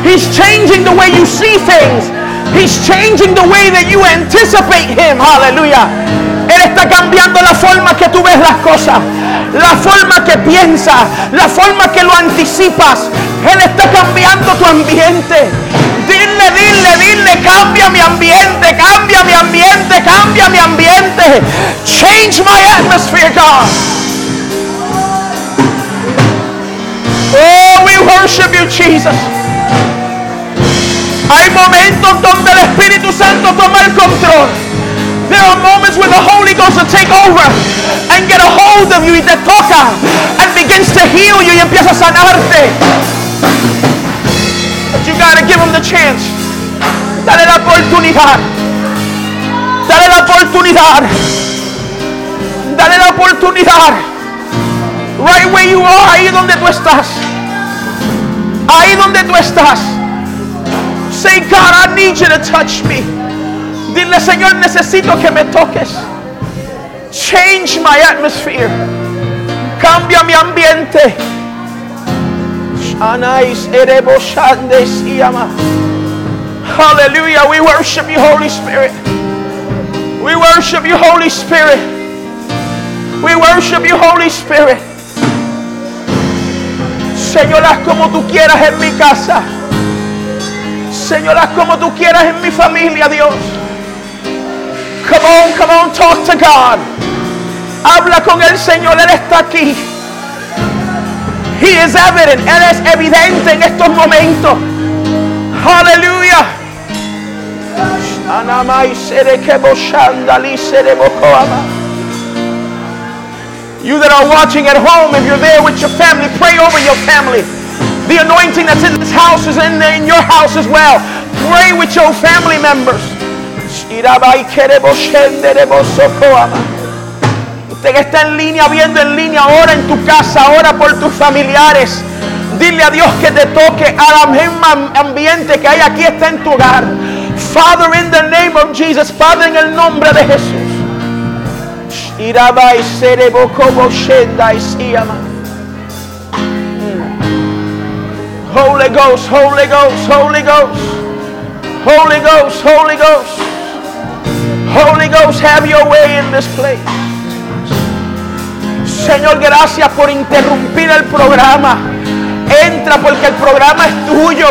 Speaker 3: He's changing the way you see things. He's changing the way that you anticipate him. Hallelujah. Él está cambiando la forma que tú ves las cosas, la forma que piensas, la forma que lo anticipas. Él está cambiando tu ambiente. Dile, dile, dile, cambia mi ambiente, cambia mi ambiente, cambia mi ambiente. Change my atmosphere, God. Oh, we worship you, Jesus. Hay momentos donde el Espíritu Santo toma el control. There are moments when the Holy Ghost will take over and get a hold of you y te toca and begins to heal you y empieza a sanarte. But you gotta give him the chance. Dale la oportunidad. Dale la oportunidad. Dale la oportunidad right where you are, ahí donde tú estás. Ahí donde tú estás. Say, God, I need you to touch me. Dile, Señor, necesito que me toques. Change my atmosphere. Cambia mi ambiente. Shanais erebo shandes iyama. Hallelujah. We worship you, Holy Spirit. We worship you, Holy Spirit. We worship you, Holy Spirit. Señor, haz como tú quieras en mi casa. Señor, haz como tú quieras en mi familia, Dios. Come on, come on, talk to God. Habla con el Señor, Él está aquí. He is evident, Él es evidente en estos momentos. Aleluya. Anamai serekebo shandali serebokoama. You that are watching at home, if you're there with your family, pray over your family. The anointing that's in this house is in, in your house as well. Pray with your family members.
Speaker 2: Usted que está en línea, viendo en línea, ahora en tu casa, ahora por tus familiares. Dile a Dios que te toque a la misma ambiente que hay aquí, está en tu hogar. Father, in the name of Jesus, Padre, en el nombre de Jesús. Irabai serebokobo shendai siyama. Holy Ghost, Holy Ghost, Holy Ghost. Holy Ghost, Holy Ghost. Holy Ghost, have your way in this place. Señor, gracias por interrumpir el programa. Entra porque el programa es tuyo.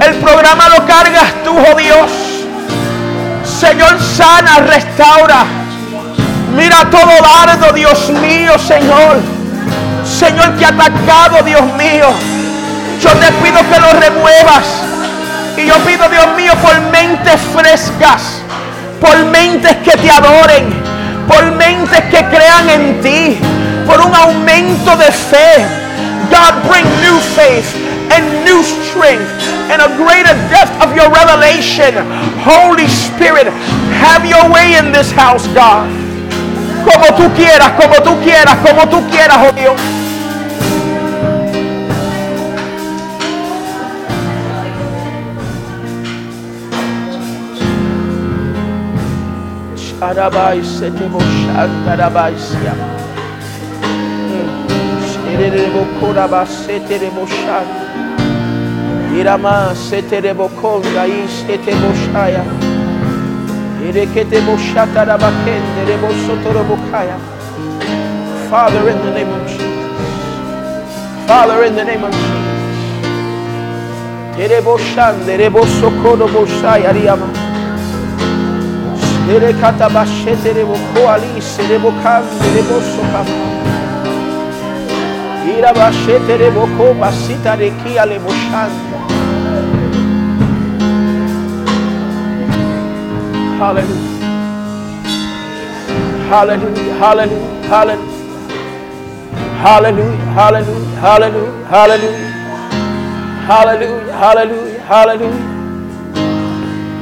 Speaker 2: El programa lo cargas tú, oh Dios. Señor, sana, restaura. Mira todo dardo, Dios mío, Señor. Señor, que ha atacado, Dios mío. Yo te pido que lo remuevas. Y yo pido, Dios mío, por mentes frescas, por mentes que te adoren, por mentes que crean en ti, por un aumento de fe. God, bring new faith and new strength and a greater depth of your revelation. Holy Spirit, have your way in this house, God. Como tú quieras, como tú quieras, como tú quieras, oh Dios. Arabai setebo shandarabai siyama. Sererebo koraba seterebo shand. Irama seterebo konda i setebo shaya. Ereketebo shataraba kenderebo sotorobo kaya. Father, in the name of Jesus. Father, in the name of Jesus. Terebo shanderebo sokorobo shaya riyama. Ere kata bashete rebo koali serebo kandi rebo sokama. Ira bashete rebo ko basita reki ale boshanda. Hallelujah. Hallelujah. Hallelujah. Hallelujah. Hallelujah, hallelujah, hallelujah,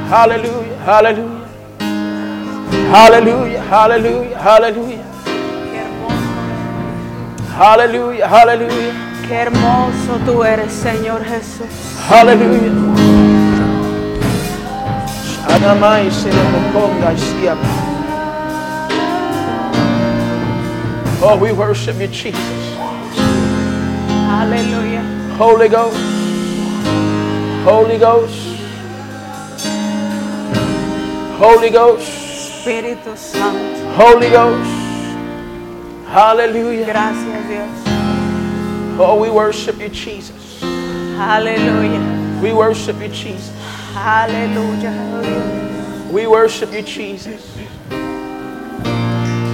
Speaker 2: hallelujah, hallelujah, hallelujah, hallelujah, hallelujah, hallelujah. Hallelujah, hallelujah, hallelujah.
Speaker 1: Qué hermoso,
Speaker 2: Hallelujah, hallelujah,
Speaker 1: qué hermoso tú eres, Señor Jesús.
Speaker 2: hallelujah. Anamai Sedemokonga Isiama. Oh, we worship you, Jesus.
Speaker 1: Aleluya.
Speaker 2: Holy Ghost. Holy Ghost. Holy Ghost.
Speaker 1: Espíritu Santo.
Speaker 2: Holy Ghost. Hallelujah.
Speaker 1: Gracias, Dios.
Speaker 2: Oh, we worship you, Jesus.
Speaker 1: Aleluya.
Speaker 2: We worship you, Jesus.
Speaker 1: Aleluya.
Speaker 2: We worship you, Jesus.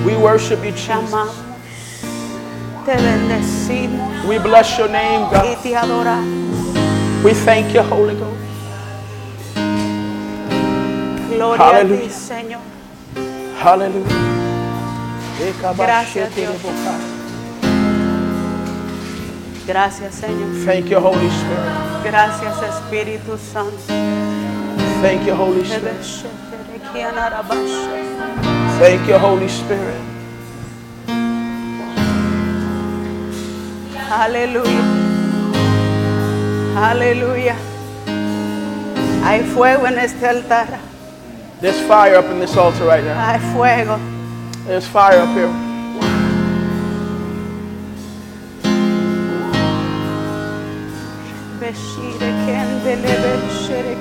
Speaker 2: We worship you,
Speaker 1: Te amamos.
Speaker 2: Jesus.
Speaker 1: Te bendecimos
Speaker 2: We bless your name,
Speaker 1: y
Speaker 2: God.
Speaker 1: te adoramos.
Speaker 2: We thank you, Holy Ghost.
Speaker 1: Gloria a ti,
Speaker 2: Aleluya.
Speaker 1: Señor.
Speaker 2: Hallelujah.
Speaker 1: Gracias, Dios. Gracias, Señor.
Speaker 2: Thank you, Holy Spirit.
Speaker 1: Gracias, Espíritu Santo.
Speaker 2: Thank you, Holy
Speaker 1: Te
Speaker 2: Spirit.
Speaker 1: bendeciré, que anarabashe.
Speaker 2: Thank you, Holy Spirit.
Speaker 1: Aleluya. Aleluya. Hay fuego en este altar.
Speaker 2: There's fire up in this altar right now.
Speaker 1: Hay fuego.
Speaker 2: There's fire up here.
Speaker 1: Beshire kendele beshire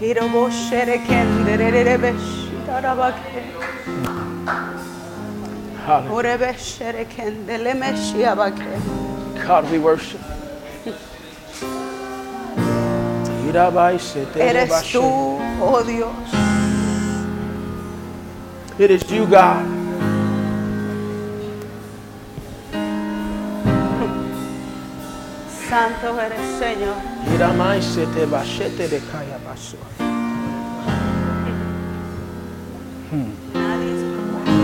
Speaker 1: Hiro boshere kenderere beshitarabake.
Speaker 2: Hallelujah.
Speaker 1: Ore beshere kendele meshiabake.
Speaker 2: God, we worship. you.
Speaker 1: Eres tú, oh Dios.
Speaker 2: It is you, God.
Speaker 1: Santo eres Señor.
Speaker 2: Hallelujah.
Speaker 1: Nadie es como tú.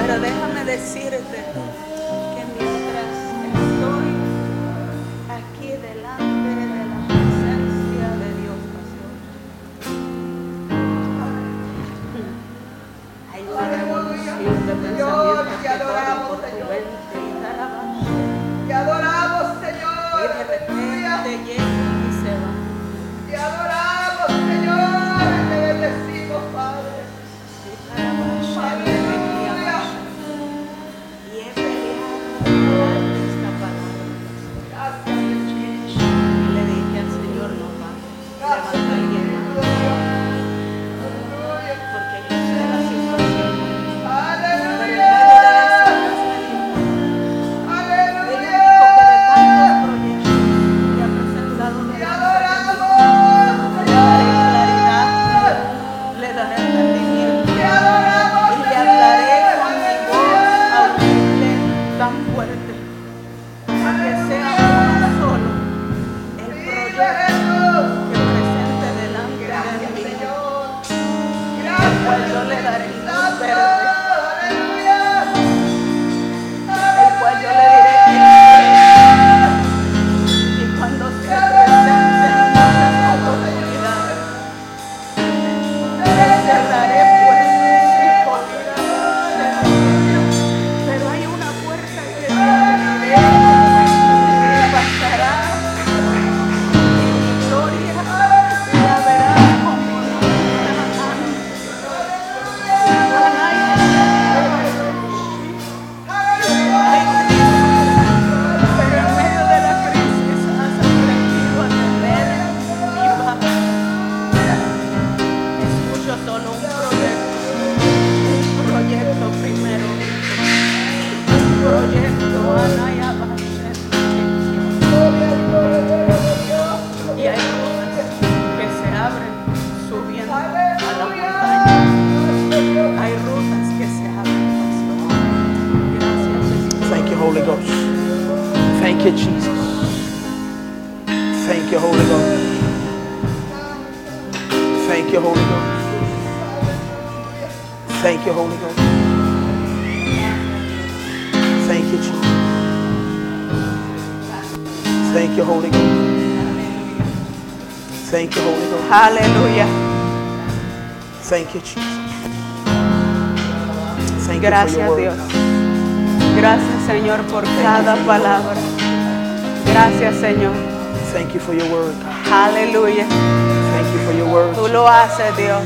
Speaker 1: Pero déjame decirte que mientras estoy este que presente delante de mí. Pues yo le daré luz verde. el cual yo le diré "Hijo". y cuando se presenten las oportunidades le cerraré puertas y columnas de rodillas. pero hay una puerta que te abriré y pasará y mi gloria la verás como nunca antes. Juan, hay- pero en medio de la crisis has aprendido a tener y paz. Escucho solo un proyecto, un proyecto primero, un proyecto Ana y Abashet. Y hay cosas que se abren subiendo a la montaña. Hay rutas que se abren, pastor. Gracias, Jesús.
Speaker 2: Thank you, Holy Ghost. Thank you, Jesus. Thank you, Holy Ghost. Thank you, Holy Ghost. Thank you, Holy Ghost. Thank you, Jesus. Thank you, Holy Ghost. Thank you, Holy Ghost.
Speaker 1: Aleluya.
Speaker 2: Thank you, Jesus. Thank you for
Speaker 1: Gracias
Speaker 2: your
Speaker 1: Dios.
Speaker 2: word.
Speaker 1: Gracias Señor por cada palabra. Gracias Señor.
Speaker 2: Thank you for your word. God.
Speaker 1: Aleluya.
Speaker 2: Thank you for your word.
Speaker 1: Tú lo haces Dios.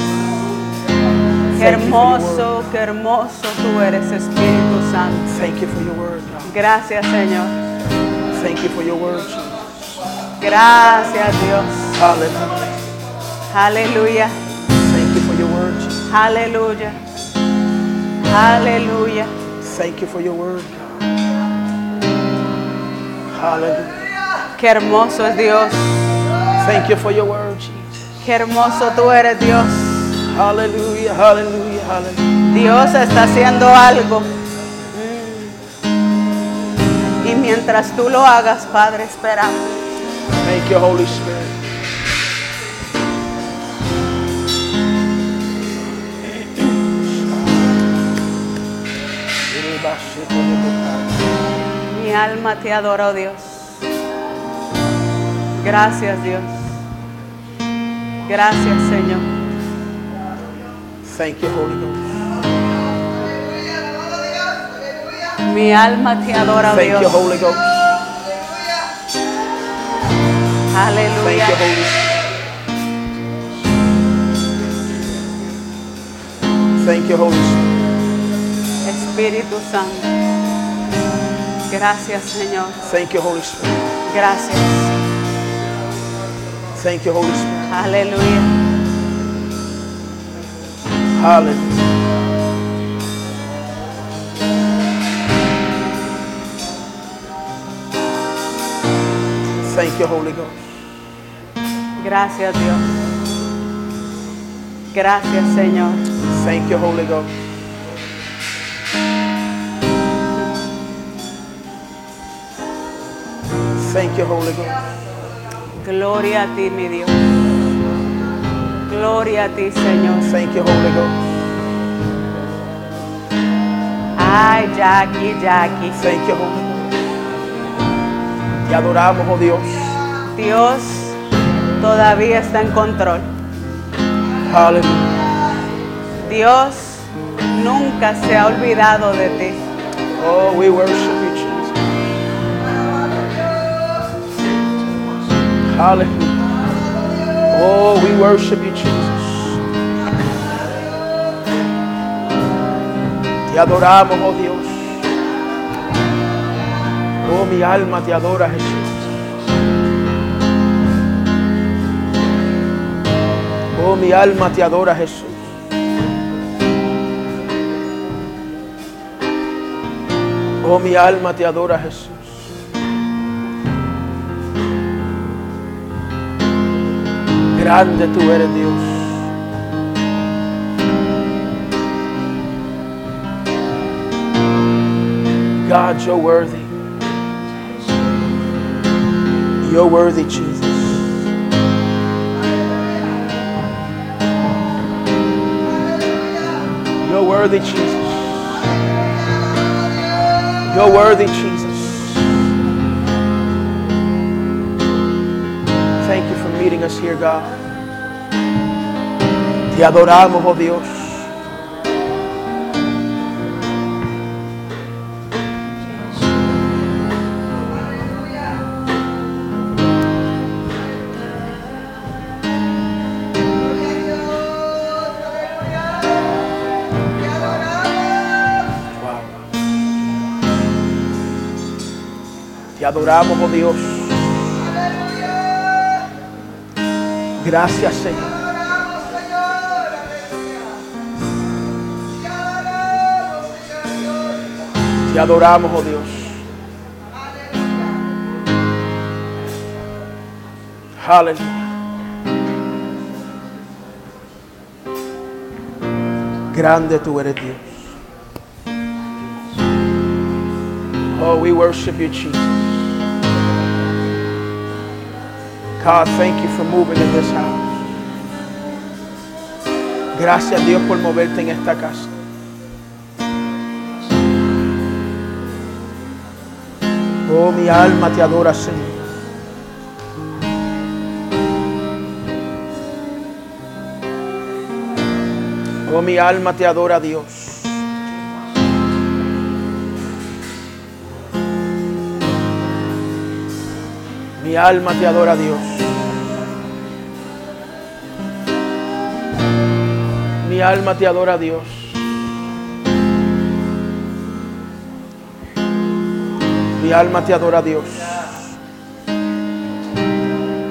Speaker 1: Qué
Speaker 2: Thank you for your
Speaker 1: hermoso, qué hermoso tú eres Espíritu Santo.
Speaker 2: Thank you for your word, God.
Speaker 1: Gracias Señor.
Speaker 2: Thank you for your word, Jesus.
Speaker 1: Gracias Dios.
Speaker 2: Hallelujah.
Speaker 1: Aleluya.
Speaker 2: Thank you for your word, Jesus.
Speaker 1: Aleluya. Aleluya.
Speaker 2: Thank you for your word, God. Hallelujah.
Speaker 1: Qué hermoso es Dios.
Speaker 2: Thank you for your word, Jesus.
Speaker 1: Qué hermoso tú eres Dios.
Speaker 2: Hallelujah, hallelujah, hallelujah.
Speaker 1: Dios está haciendo algo. Y mientras tú lo hagas, Padre, esperamos.
Speaker 2: Thank you, Holy Spirit.
Speaker 1: Mi alma te adora, oh Dios. Gracias, Dios. Gracias, Señor.
Speaker 2: Thank you, Holy Ghost.
Speaker 1: Mi alma te adora, oh
Speaker 2: Thank you,
Speaker 1: Dios.
Speaker 2: Holy Ghost. Thank
Speaker 1: Aleluya.
Speaker 2: you, Holy Spirit. Thank you, Holy Spirit.
Speaker 1: Espíritu Santo. Gracias, Señor.
Speaker 2: Thank you, Holy Spirit.
Speaker 1: Gracias.
Speaker 2: Thank you, Holy Spirit.
Speaker 1: Aleluya.
Speaker 2: Hallelujah. Thank you, Holy Ghost.
Speaker 1: Gracias, Dios. Gracias, Señor.
Speaker 2: Thank you, Holy Ghost. Thank you, Holy Ghost.
Speaker 1: Gloria a ti, mi Dios. Gloria a ti, Señor.
Speaker 2: Thank you, Holy Ghost.
Speaker 1: Ay, Jackie, Jackie.
Speaker 2: Thank you, Holy Ghost. Te adoramos, oh Dios.
Speaker 1: Dios todavía está en control.
Speaker 2: Hallelujah.
Speaker 1: Dios nunca se ha olvidado de ti.
Speaker 2: Oh, we worship you, Jesus. Hallelujah. Oh, we worship you, Jesus. Te adoramos, oh Dios. Oh, mi alma te adora, Jesús. Oh, mi alma te adora, Jesús. Oh, mi alma te adora, Jesús. Grande tú eres, Dios. God, you're worthy. You're worthy, Jesus. You're worthy, Jesus. You're worthy, Jesus. Thank you for meeting us here, God. Te adoramos, oh Dios. Te adoramos, oh Dios. Gracias, Señor. Te adoramos, oh Dios. Aleluya. Grande tú eres Dios. Oh, we worship you, Jesus. God, thank you for moving in this house. Gracias Dios por moverte en esta casa. Oh, mi alma te adora, Señor. Oh, mi alma te adora, Dios. Mi alma te adora, Dios. Mi alma te adora, Dios. Mi alma te adora, Dios.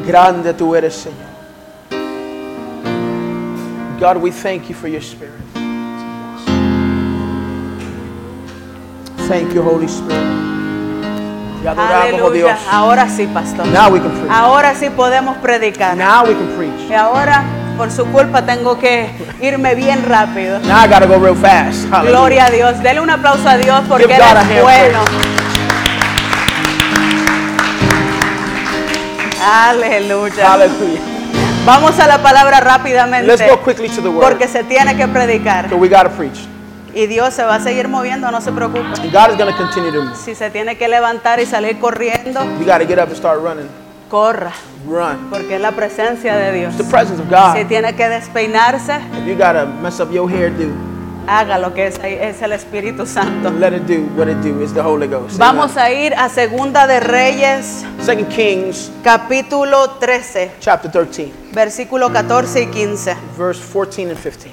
Speaker 2: Grande tú eres, Señor. God, we thank you for your spirit. Thank you, Holy Spirit. Te adoramos, oh
Speaker 1: Aleluya.
Speaker 2: Dios.
Speaker 1: Ahora sí, pastor.
Speaker 2: Now we can preach.
Speaker 1: Ahora sí podemos predicar.
Speaker 2: Now we can preach.
Speaker 1: Y ahora, por su culpa, tengo que irme bien rápido.
Speaker 2: Now I gotta go real fast. Hallelujah.
Speaker 1: Gloria a Dios. Dele un aplauso a Dios porque Él
Speaker 2: Give God a hand,
Speaker 1: es bueno. Aleluya.
Speaker 2: Hallelujah.
Speaker 1: Vamos a la palabra rápidamente.
Speaker 2: Let's go quickly to the word.
Speaker 1: Porque se tiene que predicar.
Speaker 2: So we gotta preach.
Speaker 1: Y Dios se va a seguir moviendo, no se preocupe.
Speaker 2: And God is gonna continue to move.
Speaker 1: Si se tiene que levantar y salir corriendo,
Speaker 2: You gotta get up and start running.
Speaker 1: corra.
Speaker 2: Run.
Speaker 1: Porque es la presencia de Dios.
Speaker 2: It's the presence of
Speaker 1: Si
Speaker 2: God.
Speaker 1: tiene que despeinarse,
Speaker 2: If you gotta mess up your hair, do.
Speaker 1: haga lo que es, es el Espíritu Santo.
Speaker 2: Let it do what it do. It's the Holy Ghost.
Speaker 1: Vamos a ir a Segunda de Reyes,
Speaker 2: Second Kings
Speaker 1: capítulo 13,
Speaker 2: chapter 13,
Speaker 1: versículo 14 y 15.
Speaker 2: verse 14 and 15.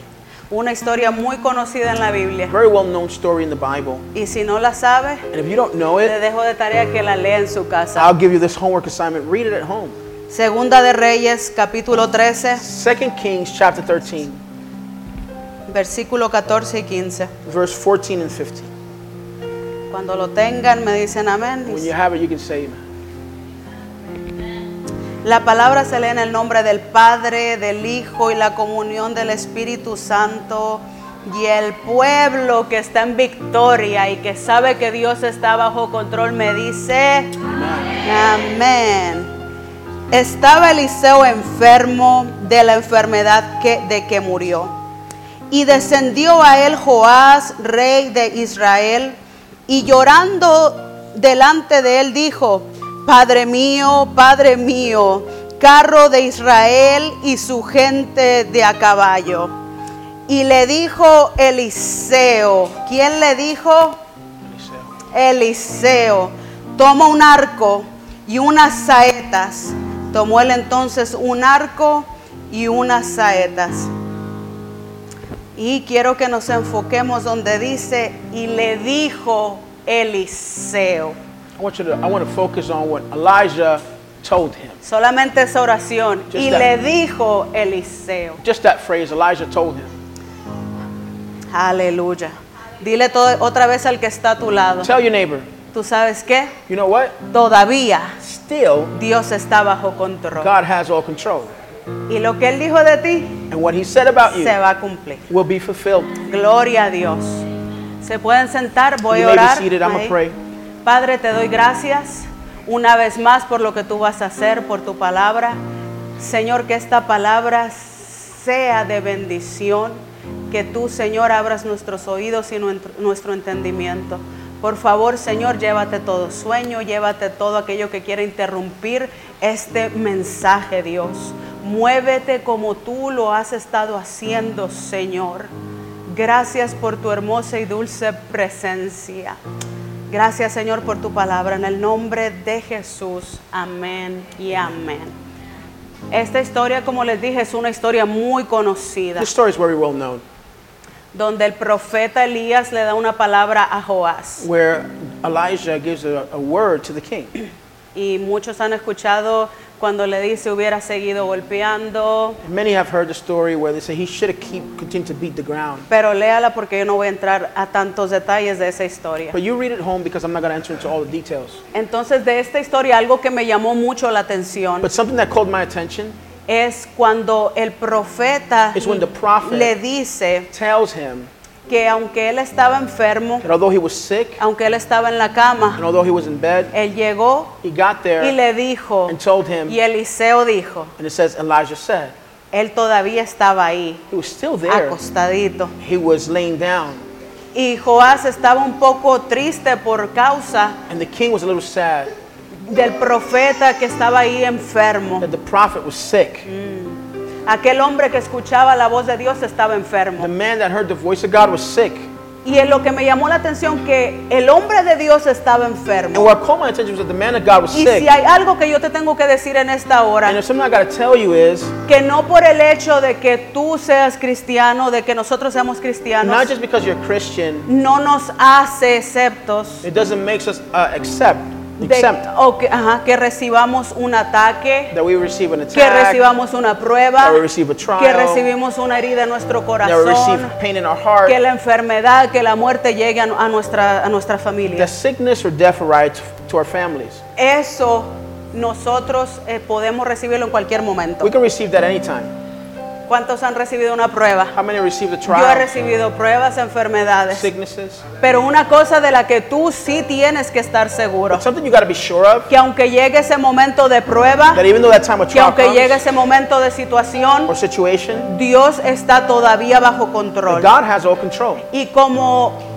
Speaker 1: Una historia muy conocida en la Biblia.
Speaker 2: Very well known story in the Bible.
Speaker 1: Y si no la sabe,
Speaker 2: And if you don't know
Speaker 1: le
Speaker 2: it,
Speaker 1: dejo de tarea que la lea en su casa.
Speaker 2: I'll give you this homework assignment. Read it at home.
Speaker 1: Segunda de Reyes, capítulo 13,
Speaker 2: Second Kings chapter 13,
Speaker 1: versículo 14 y 15.
Speaker 2: verse 14 and 15.
Speaker 1: Cuando lo tengan, me dicen amén.
Speaker 2: When you have it, you can say amen.
Speaker 1: La palabra se lee en el nombre del Padre, del Hijo y la comunión del Espíritu Santo. Y el pueblo que está en victoria y que sabe que Dios está bajo control me dice, amén. Estaba Eliseo enfermo de la enfermedad que, de que murió. Y descendió a él Joás, rey de Israel, y llorando delante de él dijo, Padre mío, Padre mío, carro de Israel y su gente de a caballo. Y le dijo Eliseo, ¿quién le dijo? Eliseo toma un arco y unas saetas. Tomó él entonces un arco y unas saetas. Y quiero que nos enfoquemos donde dice, y le dijo Eliseo.
Speaker 2: I want you to I want to focus on what Elijah told him.
Speaker 1: Solamente esa oración.
Speaker 2: Just
Speaker 1: Y
Speaker 2: that.
Speaker 1: le dijo Eliseo.
Speaker 2: Just that phrase Elijah told him.
Speaker 1: Aleluya. Dile todo, otra vez al que está a tu lado.
Speaker 2: Tell your neighbor,
Speaker 1: ¿Tú sabes qué?
Speaker 2: you know what?
Speaker 1: Todavía
Speaker 2: Still
Speaker 1: Dios está bajo control.
Speaker 2: God has all control.
Speaker 1: Y lo que Él dijo de ti,
Speaker 2: And what he said about you
Speaker 1: se va a cumplir.
Speaker 2: will be fulfilled.
Speaker 1: Gloria a Dios. Se pueden sentar, voy
Speaker 2: You
Speaker 1: a
Speaker 2: may be
Speaker 1: orar.
Speaker 2: seated, I'ma
Speaker 1: Ahí.
Speaker 2: pray.
Speaker 1: Padre, te doy gracias una vez más por lo que tú vas a hacer, por tu palabra. Señor, que esta palabra sea de bendición, que tú, Señor, abras nuestros oídos y nuentr- nuestro entendimiento. Por favor, Señor, llévate todo sueño, llévate todo aquello que quiera interrumpir este mensaje, Dios. Muévete como tú lo has estado haciendo, Señor. Gracias por tu hermosa y dulce presencia. Gracias, Señor, por tu palabra. En el nombre de Jesús. Amén y amén. Esta historia, como les dije, es una historia muy conocida,
Speaker 2: This story is very well known,
Speaker 1: donde el profeta Elías le da una palabra a Joás.
Speaker 2: where Elijah gives a, a word to the king.
Speaker 1: Y muchos han escuchado cuando le dice hubiera seguido golpeando,
Speaker 2: And many have heard the story where they say he should have keep continued to beat the ground.
Speaker 1: pero léala porque yo no voy a entrar a tantos detalles de esa historia.
Speaker 2: But you read it home because I'm not going to enter into all the details.
Speaker 1: Entonces de esta historia algo que me llamó mucho la atención
Speaker 2: But something that called my attention
Speaker 1: es cuando el profeta
Speaker 2: It's when the prophet-
Speaker 1: le dice
Speaker 2: tells him
Speaker 1: que aunque él estaba enfermo,
Speaker 2: that although he was sick
Speaker 1: aunque él estaba en la
Speaker 2: and
Speaker 1: cama,
Speaker 2: although he was in bed,
Speaker 1: él llegó
Speaker 2: he got there
Speaker 1: y le dijo,
Speaker 2: and told him,
Speaker 1: y Eliseo dijo,
Speaker 2: and it says Elijah said,
Speaker 1: él todavía estaba ahí,
Speaker 2: he was still there.
Speaker 1: acostadito.
Speaker 2: He was laying down,
Speaker 1: Y Joás estaba un poco triste por causa
Speaker 2: and the king was a little sad
Speaker 1: del profeta que estaba ahí enfermo.
Speaker 2: that the prophet was sick.
Speaker 1: Aquel hombre que escuchaba la voz de Dios estaba
Speaker 2: The
Speaker 1: enfermo.
Speaker 2: man that heard the voice of God was sick.
Speaker 1: Y en lo que me llamó la atención que el hombre de Dios estaba
Speaker 2: And
Speaker 1: enfermo.
Speaker 2: what caught my attention was that the man of God was
Speaker 1: Y
Speaker 2: sick.
Speaker 1: si hay algo que yo te tengo que decir en esta
Speaker 2: And
Speaker 1: hora,
Speaker 2: if something I got to tell you is,
Speaker 1: que no por el hecho de que tú seas cristiano, de que nosotros seamos
Speaker 2: not
Speaker 1: cristianos,
Speaker 2: just because you're a Christian,
Speaker 1: no nos hace exceptos
Speaker 2: it doesn't make us uh, accept,
Speaker 1: de-
Speaker 2: accept
Speaker 1: o que, ajá, que recibamos un ataque,
Speaker 2: that we receive an
Speaker 1: que
Speaker 2: attack,
Speaker 1: recibamos una prueba,
Speaker 2: that we receive a trial,
Speaker 1: que recibimos una herida en nuestro
Speaker 2: that we receive
Speaker 1: corazón,
Speaker 2: pain in our heart,
Speaker 1: que la enfermedad, que la muerte llegue a, a nuestra, a nuestra familia.
Speaker 2: that sickness or death arrives to our families.
Speaker 1: Eso nosotros eh, podemos recibirlo en cualquier momento.
Speaker 2: We can receive that anytime.
Speaker 1: ¿Cuántos han recibido una prueba?
Speaker 2: How many received a
Speaker 1: Yo he
Speaker 2: trial,
Speaker 1: recibido pruebas, enfermedades.
Speaker 2: sicknesses?
Speaker 1: Pero una cosa de la que tú sí tienes que estar seguro,
Speaker 2: But something you got to be sure of,
Speaker 1: que aunque llegue ese momento de prueba,
Speaker 2: that even though that time of
Speaker 1: que
Speaker 2: trial
Speaker 1: aunque llegue
Speaker 2: comes,
Speaker 1: ese momento de situación,
Speaker 2: or situation,
Speaker 1: Dios está todavía bajo control.
Speaker 2: God has all control.
Speaker 1: Y como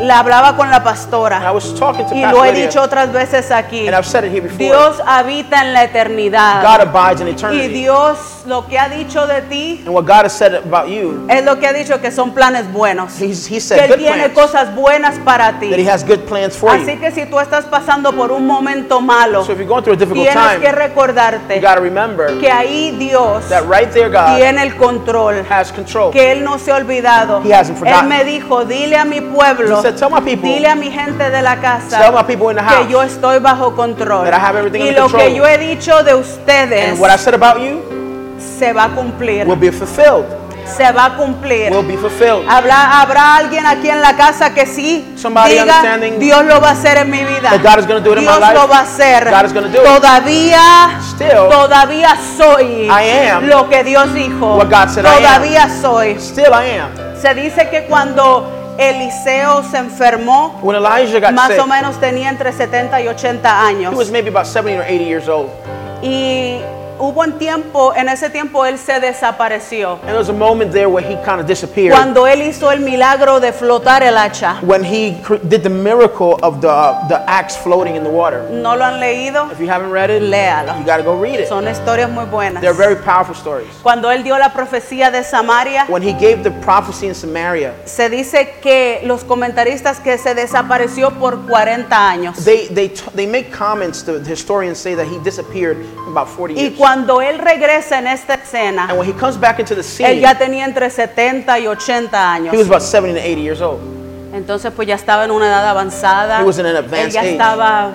Speaker 1: la hablaba con la
Speaker 2: And I
Speaker 1: pastora,
Speaker 2: was talking to
Speaker 1: y lo
Speaker 2: Pastor
Speaker 1: he
Speaker 2: Lydia,
Speaker 1: dicho otras veces aquí,
Speaker 2: and I've said it here before.
Speaker 1: Dios habita en la
Speaker 2: God
Speaker 1: eternidad.
Speaker 2: abides in
Speaker 1: Y
Speaker 2: eternity.
Speaker 1: Dios lo que ha dicho de ti
Speaker 2: And what God has said about you,
Speaker 1: es lo que ha dicho que son planes buenos.
Speaker 2: He's, He
Speaker 1: Que
Speaker 2: said
Speaker 1: Él
Speaker 2: good
Speaker 1: tiene
Speaker 2: plans,
Speaker 1: cosas buenas para
Speaker 2: that He
Speaker 1: ti.
Speaker 2: has good plans for
Speaker 1: Así
Speaker 2: you.
Speaker 1: que si tú estás pasando por un momento malo,
Speaker 2: So if you're going through a difficult
Speaker 1: tienes que
Speaker 2: time, you
Speaker 1: recordarte
Speaker 2: got to remember
Speaker 1: que ahí Dios
Speaker 2: that right there God
Speaker 1: tiene el control.
Speaker 2: has control.
Speaker 1: que él no se ha olvidado.
Speaker 2: He hasn't
Speaker 1: él
Speaker 2: forgotten.
Speaker 1: me dijo, dile a mi pueblo,
Speaker 2: He said, "Tell my people,
Speaker 1: dile a mi gente de la casa,
Speaker 2: Tell my people in the
Speaker 1: que yo
Speaker 2: house
Speaker 1: estoy bajo control.
Speaker 2: that I have everything
Speaker 1: y lo
Speaker 2: under control.
Speaker 1: que yo he dicho de ustedes
Speaker 2: and what I said about you
Speaker 1: se va a cumplir,
Speaker 2: will be fulfilled.
Speaker 1: se va a cumplir.
Speaker 2: Will be fulfilled.
Speaker 1: Habla- habrá alguien aquí en la casa que sí
Speaker 2: Somebody
Speaker 1: diga,
Speaker 2: understanding
Speaker 1: Dios lo va a hacer en mi vida.
Speaker 2: that God is gonna do it in my
Speaker 1: Dios
Speaker 2: life.
Speaker 1: lo va a hacer.
Speaker 2: God is gonna do it.
Speaker 1: todavía,
Speaker 2: Still,
Speaker 1: todavía soy
Speaker 2: I am
Speaker 1: lo que Dios dijo.
Speaker 2: what God said I am.
Speaker 1: todavía soy.
Speaker 2: Still, I am.
Speaker 1: Se dice que cuando Eliseo se enfermó,
Speaker 2: When Elijah got
Speaker 1: más
Speaker 2: sick,
Speaker 1: o menos tenía entre 70 y 80
Speaker 2: he was
Speaker 1: años.
Speaker 2: maybe about 70 or 80 years old.
Speaker 1: Y hubo un tiempo, en ese tiempo él se desapareció.
Speaker 2: And there was a moment there where he kind of disappeared.
Speaker 1: Cuando él hizo el milagro de flotar el hacha.
Speaker 2: when he cr- did the miracle of the, the axe floating in the water.
Speaker 1: ¿No lo han leído?
Speaker 2: If you haven't read it, you
Speaker 1: Léalo.
Speaker 2: got to go read it.
Speaker 1: Son historias muy buenas.
Speaker 2: They're very powerful stories.
Speaker 1: Cuando él dio la profecía de Samaria,
Speaker 2: When he gave the prophecy in Samaria,
Speaker 1: se dice que los comentaristas que se desapareció por 40 años.
Speaker 2: they, they, t- they make comments, the the historians say that he disappeared in about 40
Speaker 1: Y
Speaker 2: years.
Speaker 1: cuando él regresa en esta escena,
Speaker 2: And when he comes back into the
Speaker 1: Él
Speaker 2: scene,
Speaker 1: ya tenía entre 70 y 80
Speaker 2: he was
Speaker 1: años.
Speaker 2: about 70 to 80 years old.
Speaker 1: Entonces pues ya estaba en una edad avanzada.
Speaker 2: He was in an
Speaker 1: Él
Speaker 2: advanced
Speaker 1: ya
Speaker 2: age.
Speaker 1: estaba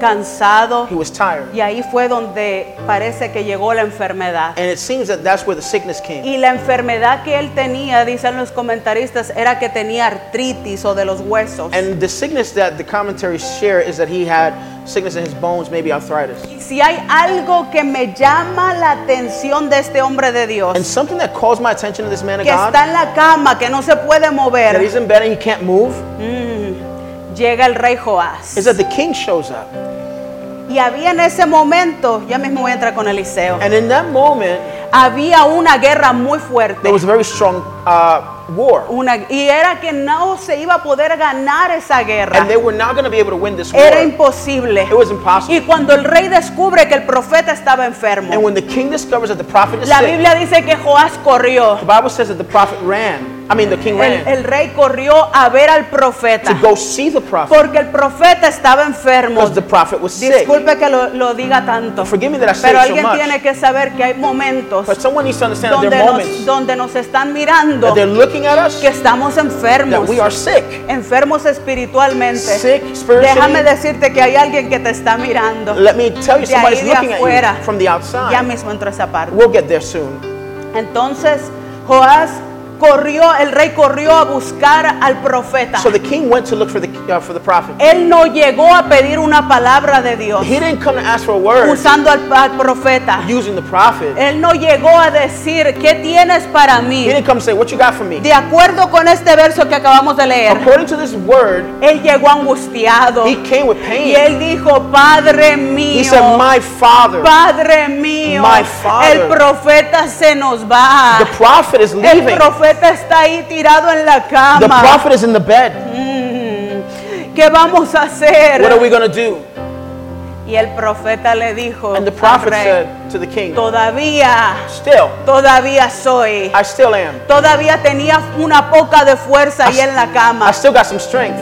Speaker 1: cansado.
Speaker 2: He was tired.
Speaker 1: Y ahí fue donde parece que llegó la enfermedad.
Speaker 2: And it seems that that's where the sickness came.
Speaker 1: Y la enfermedad que él tenía, dicen los comentaristas, era que tenía artritis o de los huesos.
Speaker 2: And the sickness that the commentaries share is that he had sickness in his bones, maybe arthritis.
Speaker 1: Y si hay algo que me llama la atención de este hombre de
Speaker 2: And
Speaker 1: Dios,
Speaker 2: something that calls my attention to this man of
Speaker 1: que
Speaker 2: God,
Speaker 1: está en la cama, que no se puede
Speaker 2: that
Speaker 1: mover,
Speaker 2: he's in bed and he can't move,
Speaker 1: llega el rey Joás.
Speaker 2: is that the king shows up.
Speaker 1: Y había en ese momento, ya mismo voy a entrar con Eliseo.
Speaker 2: And in that moment,
Speaker 1: había una guerra muy fuerte.
Speaker 2: There was a very strong uh, war.
Speaker 1: Una, y era que no se iba a poder ganar esa guerra.
Speaker 2: And they were not going to be able to win this war.
Speaker 1: Era imposible.
Speaker 2: It was impossible.
Speaker 1: Y cuando el rey descubre que el profeta estaba enfermo,
Speaker 2: And when the king discovers that the prophet is
Speaker 1: la
Speaker 2: sick,
Speaker 1: Biblia dice que Joás corrió.
Speaker 2: the Bible says that the prophet ran. I mean, the king
Speaker 1: El,
Speaker 2: ran
Speaker 1: el rey corrió a ver al profeta
Speaker 2: to go see the prophet
Speaker 1: porque el profeta estaba enfermo.
Speaker 2: because the prophet was sick.
Speaker 1: Disculpe que lo, lo diga tanto,
Speaker 2: Forgive me that I say
Speaker 1: pero
Speaker 2: it so
Speaker 1: alguien
Speaker 2: much.
Speaker 1: tiene que saber que hay momentos
Speaker 2: But someone needs to understand that
Speaker 1: donde
Speaker 2: there are
Speaker 1: nos,
Speaker 2: moments
Speaker 1: donde nos están
Speaker 2: that
Speaker 1: mirando
Speaker 2: they're looking at us
Speaker 1: que estamos
Speaker 2: that
Speaker 1: enfermos,
Speaker 2: we are sick.
Speaker 1: enfermos espiritualmente.
Speaker 2: Sick
Speaker 1: Déjame
Speaker 2: spiritually.
Speaker 1: decirte que hay alguien que te está mirando.
Speaker 2: Let me tell you,
Speaker 1: De ahí
Speaker 2: somebody's
Speaker 1: de
Speaker 2: looking at
Speaker 1: afuera.
Speaker 2: you from the
Speaker 1: Ya
Speaker 2: outside.
Speaker 1: mismo entro a esa parte.
Speaker 2: We'll get there soon.
Speaker 1: Entonces Joás corrió, el rey corrió a buscar al profeta.
Speaker 2: So the king went to look for the uh, for the prophet.
Speaker 1: Él no llegó a pedir una palabra de Dios
Speaker 2: He didn't come to ask for a word
Speaker 1: usando al, al profeta.
Speaker 2: using the prophet.
Speaker 1: Él no llegó a decir, ¿qué tienes para
Speaker 2: He
Speaker 1: mí?
Speaker 2: didn't come say, "What you got for me?"
Speaker 1: De acuerdo con este verso que acabamos de leer,
Speaker 2: According to this word,
Speaker 1: él llegó angustiado
Speaker 2: he came with
Speaker 1: y
Speaker 2: pain.
Speaker 1: él dijo, Padre
Speaker 2: He
Speaker 1: mío,
Speaker 2: said, "My father,
Speaker 1: Padre mío,
Speaker 2: My father.
Speaker 1: el profeta se nos va.
Speaker 2: the prophet is
Speaker 1: El
Speaker 2: leaving.
Speaker 1: profeta está ahí tirado en la
Speaker 2: The
Speaker 1: cama.
Speaker 2: prophet is in the bed.
Speaker 1: Mm, ¿Qué vamos a hacer?
Speaker 2: What are we gonna do?"
Speaker 1: Y el profeta le dijo,
Speaker 2: And the
Speaker 1: al
Speaker 2: prophet
Speaker 1: rey,
Speaker 2: said to the king,
Speaker 1: todavía,
Speaker 2: "Still,
Speaker 1: todavía soy.
Speaker 2: I still am.
Speaker 1: Todavía tenía una poca de fuerza ahí en la
Speaker 2: I
Speaker 1: cama.
Speaker 2: still got some strength."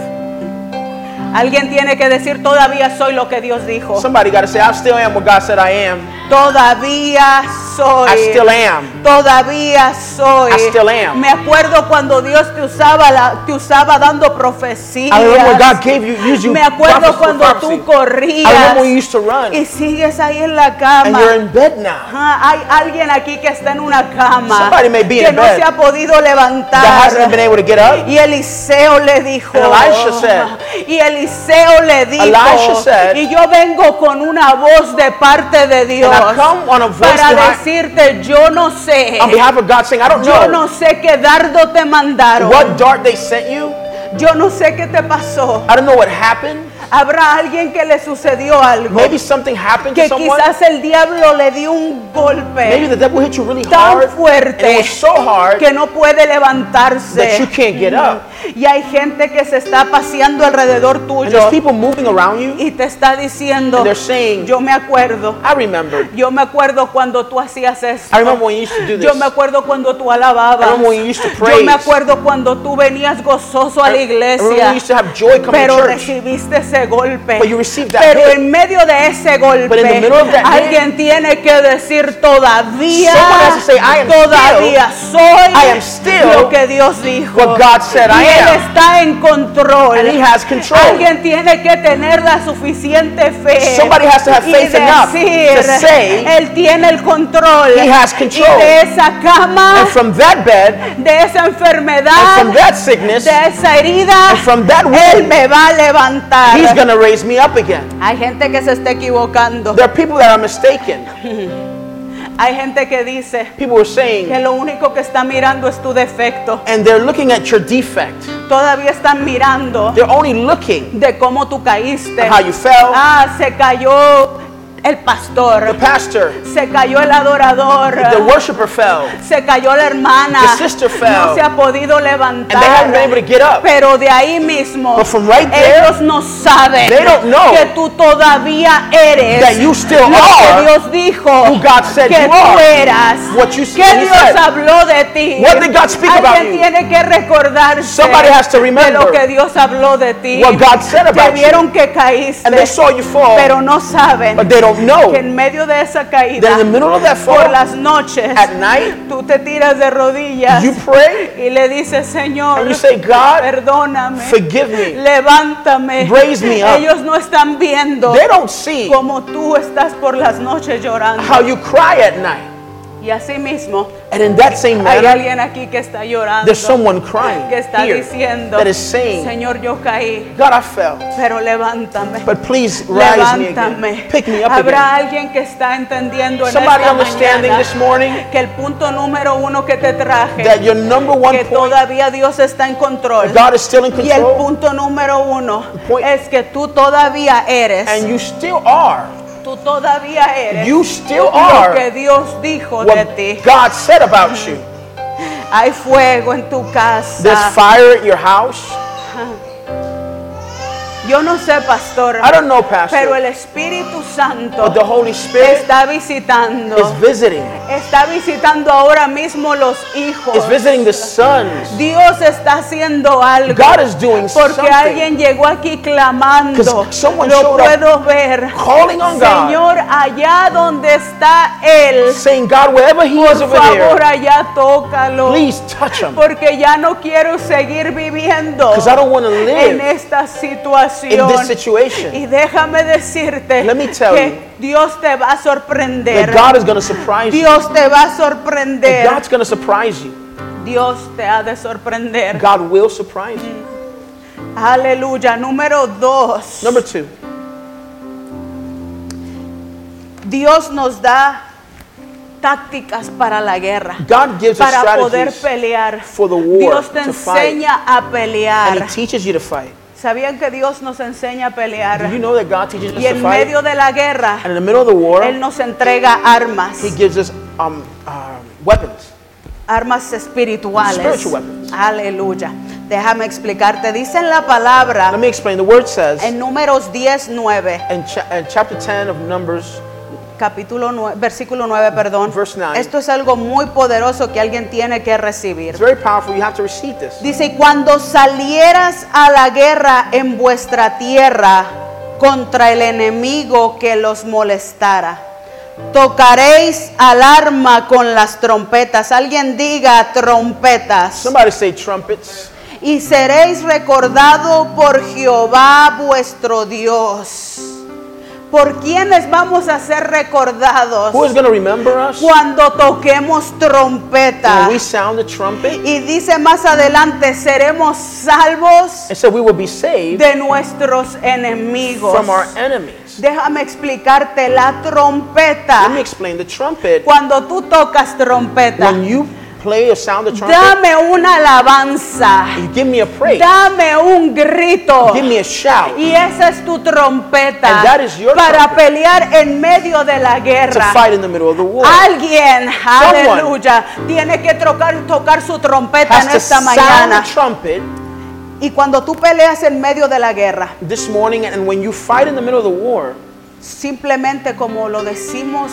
Speaker 1: Alguien tiene que decir, todavía soy lo que Dios dijo.
Speaker 2: Somebody got to say, "I still am what God said I am.
Speaker 1: Todavía
Speaker 2: I still
Speaker 1: soy.
Speaker 2: am."
Speaker 1: Todavía soy.
Speaker 2: I still am.
Speaker 1: Me acuerdo cuando Dios te usaba, la- te usaba dando profecías.
Speaker 2: I remember God gave you, used you.
Speaker 1: Me acuerdo
Speaker 2: prophets for
Speaker 1: cuando
Speaker 2: prophecy.
Speaker 1: tú corrías
Speaker 2: I remember you used to run,
Speaker 1: y sigues ahí en la
Speaker 2: and
Speaker 1: cama.
Speaker 2: you're in bed now.
Speaker 1: Ajá, hay alguien aquí que está en una cama
Speaker 2: Somebody may be
Speaker 1: que
Speaker 2: in
Speaker 1: no
Speaker 2: bed
Speaker 1: se ha podido
Speaker 2: That
Speaker 1: levantar.
Speaker 2: hasn't been able to get up.
Speaker 1: Y Eliseo le dijo.
Speaker 2: And Elisha said-
Speaker 1: y Eliseo le dijo.
Speaker 2: Elisha said-
Speaker 1: y yo vengo con una voz de parte de Dios
Speaker 2: And I come on a voice
Speaker 1: para
Speaker 2: behind-
Speaker 1: decirte, yo no sé.
Speaker 2: On behalf of God, saying, "I don't
Speaker 1: Yo
Speaker 2: know
Speaker 1: no sé qué dardo te mandaron.
Speaker 2: what dart they sent you.
Speaker 1: Yo no sé qué te pasó.
Speaker 2: I don't know what happened.
Speaker 1: Habrá alguien que le sucedió algo.
Speaker 2: Maybe something happened to
Speaker 1: que
Speaker 2: someone.
Speaker 1: quizás el diablo le dio un golpe.
Speaker 2: Maybe the devil hit you really
Speaker 1: tan
Speaker 2: hard. And
Speaker 1: fuerte
Speaker 2: it was so hard
Speaker 1: que no puede levantarse.
Speaker 2: that you can't get up.
Speaker 1: Y hay gente que se está paseando alrededor
Speaker 2: And
Speaker 1: tuyo
Speaker 2: there's people moving around you.
Speaker 1: y te está diciendo,
Speaker 2: And they're saying-
Speaker 1: yo me acuerdo,
Speaker 2: I remember.
Speaker 1: yo me acuerdo cuando tú hacías esto.
Speaker 2: I remember when you used to do this.
Speaker 1: Yo me acuerdo cuando tú alababas.
Speaker 2: I remember when you used to
Speaker 1: Yo me
Speaker 2: praise.
Speaker 1: acuerdo cuando tú venías gozoso a la
Speaker 2: I remember when
Speaker 1: iglesia.
Speaker 2: you used to have joy come to
Speaker 1: Pero
Speaker 2: church.
Speaker 1: recibiste ese golpe.
Speaker 2: But you received that
Speaker 1: Pero
Speaker 2: hit.
Speaker 1: en medio de ese golpe,
Speaker 2: the middle of that
Speaker 1: alguien tiene que decir todavía,
Speaker 2: Someone has to say, "I am
Speaker 1: todavía soy
Speaker 2: I am still
Speaker 1: lo que Dios dijo.
Speaker 2: what God said
Speaker 1: y
Speaker 2: I
Speaker 1: él
Speaker 2: am.
Speaker 1: está en control.
Speaker 2: And he has control.
Speaker 1: Alguien tiene que tener la suficiente fe.
Speaker 2: Somebody has to have
Speaker 1: y
Speaker 2: faith enough
Speaker 1: decir,
Speaker 2: to say,
Speaker 1: él tiene el control.
Speaker 2: He has control.
Speaker 1: Y de esa cama,
Speaker 2: And from that bed,
Speaker 1: de esa enfermedad,
Speaker 2: and from that sickness,
Speaker 1: de esa herida,
Speaker 2: and from that
Speaker 1: él
Speaker 2: wound,
Speaker 1: me va a levantar.
Speaker 2: he's going to raise me up again.
Speaker 1: Hay gente que se está equivocando.
Speaker 2: There are people that are mistaken.
Speaker 1: Hay gente que dice
Speaker 2: People are
Speaker 1: que
Speaker 2: saying,
Speaker 1: lo único que está mirando es tu defecto.
Speaker 2: and they're looking at your defect.
Speaker 1: Todavía están mirando
Speaker 2: They're only looking
Speaker 1: de cómo tú caíste.
Speaker 2: at how you fell,
Speaker 1: Ah, se cayó el
Speaker 2: the
Speaker 1: pastor.
Speaker 2: pastor,
Speaker 1: Se cayó el adorador.
Speaker 2: the worshiper fell,
Speaker 1: Se cayó la hermana.
Speaker 2: The sister fell.
Speaker 1: No se ha podido
Speaker 2: and they haven't been able
Speaker 1: levantar.
Speaker 2: to get up.
Speaker 1: Pero de ahí mismo,
Speaker 2: But from right there,
Speaker 1: ellos no saben
Speaker 2: they don't know
Speaker 1: que tú todavía eres
Speaker 2: that you still
Speaker 1: lo que
Speaker 2: are
Speaker 1: Dios dijo
Speaker 2: who God said
Speaker 1: que
Speaker 2: you
Speaker 1: tú
Speaker 2: are.
Speaker 1: eras.
Speaker 2: What you-
Speaker 1: que
Speaker 2: he
Speaker 1: Dios
Speaker 2: said.
Speaker 1: habló de ti.
Speaker 2: What did God speak
Speaker 1: Alguien
Speaker 2: about you?
Speaker 1: tiene que recordarse
Speaker 2: Somebody has to
Speaker 1: de lo
Speaker 2: remember
Speaker 1: que Dios habló de ti.
Speaker 2: what God said
Speaker 1: Te
Speaker 2: about you.
Speaker 1: vieron que caíste,
Speaker 2: And they saw you fall,
Speaker 1: pero no saben
Speaker 2: but they don't know
Speaker 1: que en medio de esa
Speaker 2: that
Speaker 1: caída,
Speaker 2: in the middle of that
Speaker 1: por
Speaker 2: fall,
Speaker 1: las noches,
Speaker 2: at night,
Speaker 1: tú te tiras de rodillas
Speaker 2: you pray,
Speaker 1: y le dices, Señor,
Speaker 2: And you say, "God,
Speaker 1: perdóname,
Speaker 2: forgive me.
Speaker 1: levántame.
Speaker 2: Raise me up."
Speaker 1: Ellos no están viendo
Speaker 2: They don't see
Speaker 1: como tú estás por las noches llorando.
Speaker 2: how you cry at night.
Speaker 1: y así mismo,
Speaker 2: And in that same
Speaker 1: hay
Speaker 2: manner,
Speaker 1: alguien aquí que está llorando,
Speaker 2: there's someone crying
Speaker 1: que está
Speaker 2: here
Speaker 1: diciendo,
Speaker 2: that is saying,
Speaker 1: Señor, yo caí,
Speaker 2: God, I fell,
Speaker 1: pero levántame.
Speaker 2: but please rise me
Speaker 1: Levántame.
Speaker 2: again. Pick me up
Speaker 1: Habrá
Speaker 2: again.
Speaker 1: alguien que está entendiendo en
Speaker 2: Somebody
Speaker 1: esta
Speaker 2: understanding
Speaker 1: mañana
Speaker 2: this morning
Speaker 1: que el punto número uno que te traje,
Speaker 2: that your number one
Speaker 1: que
Speaker 2: point,
Speaker 1: todavía Dios está en control.
Speaker 2: God is still in
Speaker 1: Y el
Speaker 2: control,
Speaker 1: punto número uno
Speaker 2: Point.
Speaker 1: es que tú todavía eres
Speaker 2: and you still are
Speaker 1: Tú todavía eres
Speaker 2: You still
Speaker 1: lo que
Speaker 2: are
Speaker 1: Dios dijo de
Speaker 2: what
Speaker 1: ti.
Speaker 2: God said about you.
Speaker 1: Hay fuego en tu
Speaker 2: There's
Speaker 1: casa.
Speaker 2: fire at your house.
Speaker 1: Yo no sé, pastor,
Speaker 2: I don't know,
Speaker 1: pero
Speaker 2: Pastor,
Speaker 1: el Espíritu Santo
Speaker 2: but the Holy Spirit
Speaker 1: está
Speaker 2: is
Speaker 1: visitando.
Speaker 2: visiting.
Speaker 1: Está visitando ahora mismo los hijos.
Speaker 2: Is visiting the sons.
Speaker 1: Dios está haciendo algo.
Speaker 2: God is doing
Speaker 1: porque
Speaker 2: something.
Speaker 1: alguien llegó aquí clamando.
Speaker 2: 'Cause someone
Speaker 1: Lo
Speaker 2: showed up
Speaker 1: puedo ver.
Speaker 2: calling on God.
Speaker 1: Señor, allá donde está él,
Speaker 2: Saying, God, wherever he is
Speaker 1: por
Speaker 2: over
Speaker 1: favor,
Speaker 2: there,
Speaker 1: allá tócalo.
Speaker 2: please touch him.
Speaker 1: Porque ya no quiero seguir viviendo
Speaker 2: 'Cause I don't wanna live
Speaker 1: en esta
Speaker 2: In
Speaker 1: situación.
Speaker 2: this situation,
Speaker 1: y déjame decirte
Speaker 2: Let me tell
Speaker 1: que Dios te va a sorprender.
Speaker 2: that God is going to surprise you.
Speaker 1: Dios te va a
Speaker 2: That
Speaker 1: sorprender.
Speaker 2: God's going to surprise you.
Speaker 1: Dios te ha de sorprender.
Speaker 2: God will surprise you.
Speaker 1: Aleluya. Número dos.
Speaker 2: Number two,
Speaker 1: Dios nos da tácticas para la guerra.
Speaker 2: God gives us
Speaker 1: Para poder
Speaker 2: strategies
Speaker 1: pelear.
Speaker 2: for the war,
Speaker 1: Dios te
Speaker 2: to fight.
Speaker 1: enseña a
Speaker 2: and he
Speaker 1: pelear.
Speaker 2: teaches you to fight.
Speaker 1: ¿Sabían que Dios nos enseña a
Speaker 2: Do you
Speaker 1: pelear?
Speaker 2: know that God teaches us
Speaker 1: Y
Speaker 2: to
Speaker 1: en
Speaker 2: fight?
Speaker 1: medio de la guerra,
Speaker 2: And in the middle of the war,
Speaker 1: Él nos entrega armas.
Speaker 2: he gives us um, um, weapons.
Speaker 1: Armas espirituales.
Speaker 2: Spiritual weapons.
Speaker 1: Aleluya. Déjame explicarte. Dice en la palabra,
Speaker 2: Let me explain. The word says
Speaker 1: en números 10, 9.
Speaker 2: in, cha- in chapter 10 of Numbers,
Speaker 1: capítulo 9, versículo 9, perdón.
Speaker 2: Verse 9.
Speaker 1: Esto es algo muy poderoso que alguien tiene que recibir.
Speaker 2: it's very powerful. You have to receive this.
Speaker 1: Dice, "Y cuando salieras a la guerra en vuestra tierra contra el enemigo que los molestara, tocaréis alarma con las trompetas. Alguien diga trompetas.
Speaker 2: Somebody say trumpets.
Speaker 1: Y seréis recordado por Jehová vuestro Dios. ¿Por quiénes vamos a ser recordados?
Speaker 2: Who is going to remember us
Speaker 1: cuando toquemos trompeta.
Speaker 2: when we sound the trumpet?
Speaker 1: Y dice más adelante, seremos salvos
Speaker 2: And so we will be saved
Speaker 1: de nuestros enemigos.
Speaker 2: from our enemies.
Speaker 1: Déjame explicarte la
Speaker 2: Let me
Speaker 1: trompeta.
Speaker 2: explain. The trumpet,
Speaker 1: Cuando tú tocas trompeta,
Speaker 2: when you play or sound the trumpet,
Speaker 1: dame una alabanza,
Speaker 2: you give me a praise,
Speaker 1: dame un grito.
Speaker 2: give me a shout
Speaker 1: Y esa es tu trompeta
Speaker 2: And that is your
Speaker 1: para
Speaker 2: trumpet.
Speaker 1: pelear en medio de la
Speaker 2: to
Speaker 1: guerra.
Speaker 2: fight in the middle of the war.
Speaker 1: Alguien,
Speaker 2: Someone
Speaker 1: aleluya, tiene que trocar- tocar su trompeta
Speaker 2: Has
Speaker 1: en
Speaker 2: to
Speaker 1: esta
Speaker 2: sound
Speaker 1: mañana.
Speaker 2: the trumpet
Speaker 1: Y cuando tú peleas en medio de la guerra,
Speaker 2: this morning, and when you fight in the middle of the war,
Speaker 1: simplemente como lo decimos,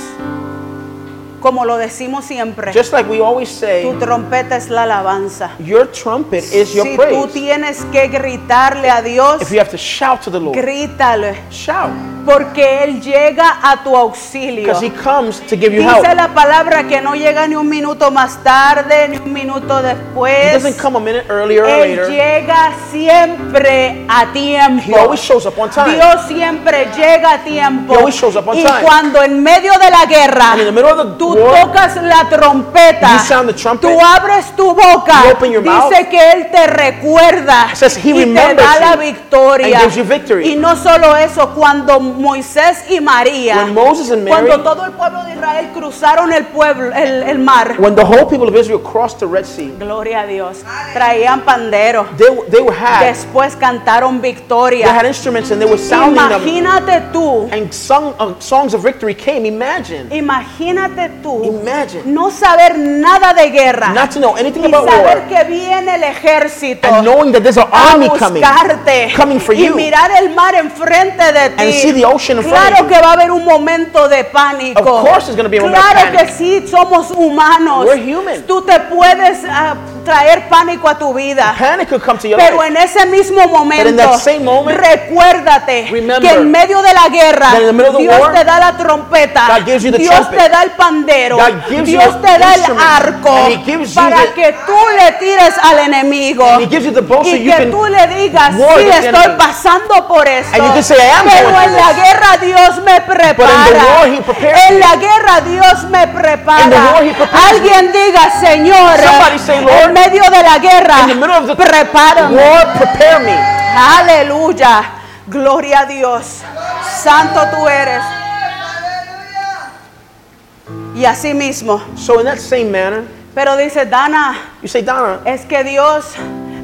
Speaker 1: como lo decimos siempre,
Speaker 2: just like we always say,
Speaker 1: tu trompeta es la alabanza.
Speaker 2: your trumpet is your
Speaker 1: Si tú
Speaker 2: praise.
Speaker 1: tienes que gritarle a Dios,
Speaker 2: If you have to shout to the Lord,
Speaker 1: grítale,
Speaker 2: shout,
Speaker 1: porque Él llega a tu auxilio.
Speaker 2: because He comes to give you help.
Speaker 1: Dice la palabra que no llega ni un minuto más tarde, ni un minuto
Speaker 2: He
Speaker 1: después.
Speaker 2: doesn't come a minute earlier or
Speaker 1: Él
Speaker 2: later.
Speaker 1: llega siempre a
Speaker 2: He
Speaker 1: tiempo.
Speaker 2: always shows up on time.
Speaker 1: Dios siempre llega a tiempo.
Speaker 2: He always shows up on
Speaker 1: y
Speaker 2: time.
Speaker 1: cuando en medio de la guerra
Speaker 2: And in the middle of the
Speaker 1: tú
Speaker 2: war,
Speaker 1: tocas la trompeta,
Speaker 2: you sound the trumpet,
Speaker 1: tú abres tu boca,
Speaker 2: you open your
Speaker 1: dice
Speaker 2: mouth,
Speaker 1: que Él te recuerda
Speaker 2: It says he
Speaker 1: y te
Speaker 2: remembers
Speaker 1: da la
Speaker 2: you
Speaker 1: victoria.
Speaker 2: and gives you victory.
Speaker 1: Y no solo eso, cuando Moisés y María,
Speaker 2: When Moses and Mary-
Speaker 1: cuando todo el pueblo de Israel cruzaron el, pueblo, el, el mar,
Speaker 2: When the whole people of Israel crossed the Red Sea,
Speaker 1: gloria a Dios, traían pandero.
Speaker 2: they, they were had,
Speaker 1: Después cantaron
Speaker 2: they had
Speaker 1: victoria.
Speaker 2: instruments and they were sounding them.
Speaker 1: Imagínate tú,
Speaker 2: And sung, uh, songs of victory came. Imagine
Speaker 1: imagínate tú,
Speaker 2: Imagine.
Speaker 1: no saber nada de guerra
Speaker 2: not to know anything
Speaker 1: y
Speaker 2: about
Speaker 1: saber
Speaker 2: war
Speaker 1: que viene el ejército
Speaker 2: and knowing that there's an
Speaker 1: a
Speaker 2: army coming,
Speaker 1: buscarte
Speaker 2: coming for
Speaker 1: y
Speaker 2: you.
Speaker 1: mirar el mar enfrente de ti.
Speaker 2: And see the ocean in front
Speaker 1: claro
Speaker 2: of you.
Speaker 1: que va a haber un momento de pánico.
Speaker 2: Of course there's gonna be a moment of
Speaker 1: claro que
Speaker 2: panic.
Speaker 1: sí, somos humanos.
Speaker 2: We're human.
Speaker 1: Tú te puedes ah, traer pánico a tu vida.
Speaker 2: Panic could come to your
Speaker 1: Pero
Speaker 2: life.
Speaker 1: en ese mismo momento,
Speaker 2: in that same moment,
Speaker 1: recuérdate
Speaker 2: remember
Speaker 1: que en medio de la guerra,
Speaker 2: that in the middle of the
Speaker 1: Dios
Speaker 2: war,
Speaker 1: te da la trompeta,
Speaker 2: God gives you the
Speaker 1: Dios
Speaker 2: trumpet.
Speaker 1: te da el pandero,
Speaker 2: God gives you
Speaker 1: Dios
Speaker 2: the
Speaker 1: te da el
Speaker 2: instrument,
Speaker 1: arco
Speaker 2: and he gives you
Speaker 1: para
Speaker 2: the-
Speaker 1: que tú le tires al enemigo
Speaker 2: He gives you the bow so
Speaker 1: y
Speaker 2: you
Speaker 1: que
Speaker 2: can.
Speaker 1: tú le digas,
Speaker 2: war
Speaker 1: sí,
Speaker 2: against the
Speaker 1: estoy
Speaker 2: enemy."
Speaker 1: pasando por esto,
Speaker 2: And you can say, "I am
Speaker 1: pero
Speaker 2: going
Speaker 1: en
Speaker 2: through
Speaker 1: la
Speaker 2: this."
Speaker 1: guerra Dios me prepara,
Speaker 2: war, he prepares
Speaker 1: en
Speaker 2: me.
Speaker 1: la guerra Dios me prepara,
Speaker 2: war, he prepares me.
Speaker 1: alguien diga, Señor,
Speaker 2: Somebody say,
Speaker 1: en
Speaker 2: "Lord,
Speaker 1: medio de la guerra,
Speaker 2: In the middle of the
Speaker 1: prepárame.
Speaker 2: war, prepare me.
Speaker 1: Aleluya. Gloria a Dios. Santo tú eres. Y así mismo.
Speaker 2: So in that same manner,
Speaker 1: Pero dice, Dana,
Speaker 2: you say, Donna,
Speaker 1: es que Dios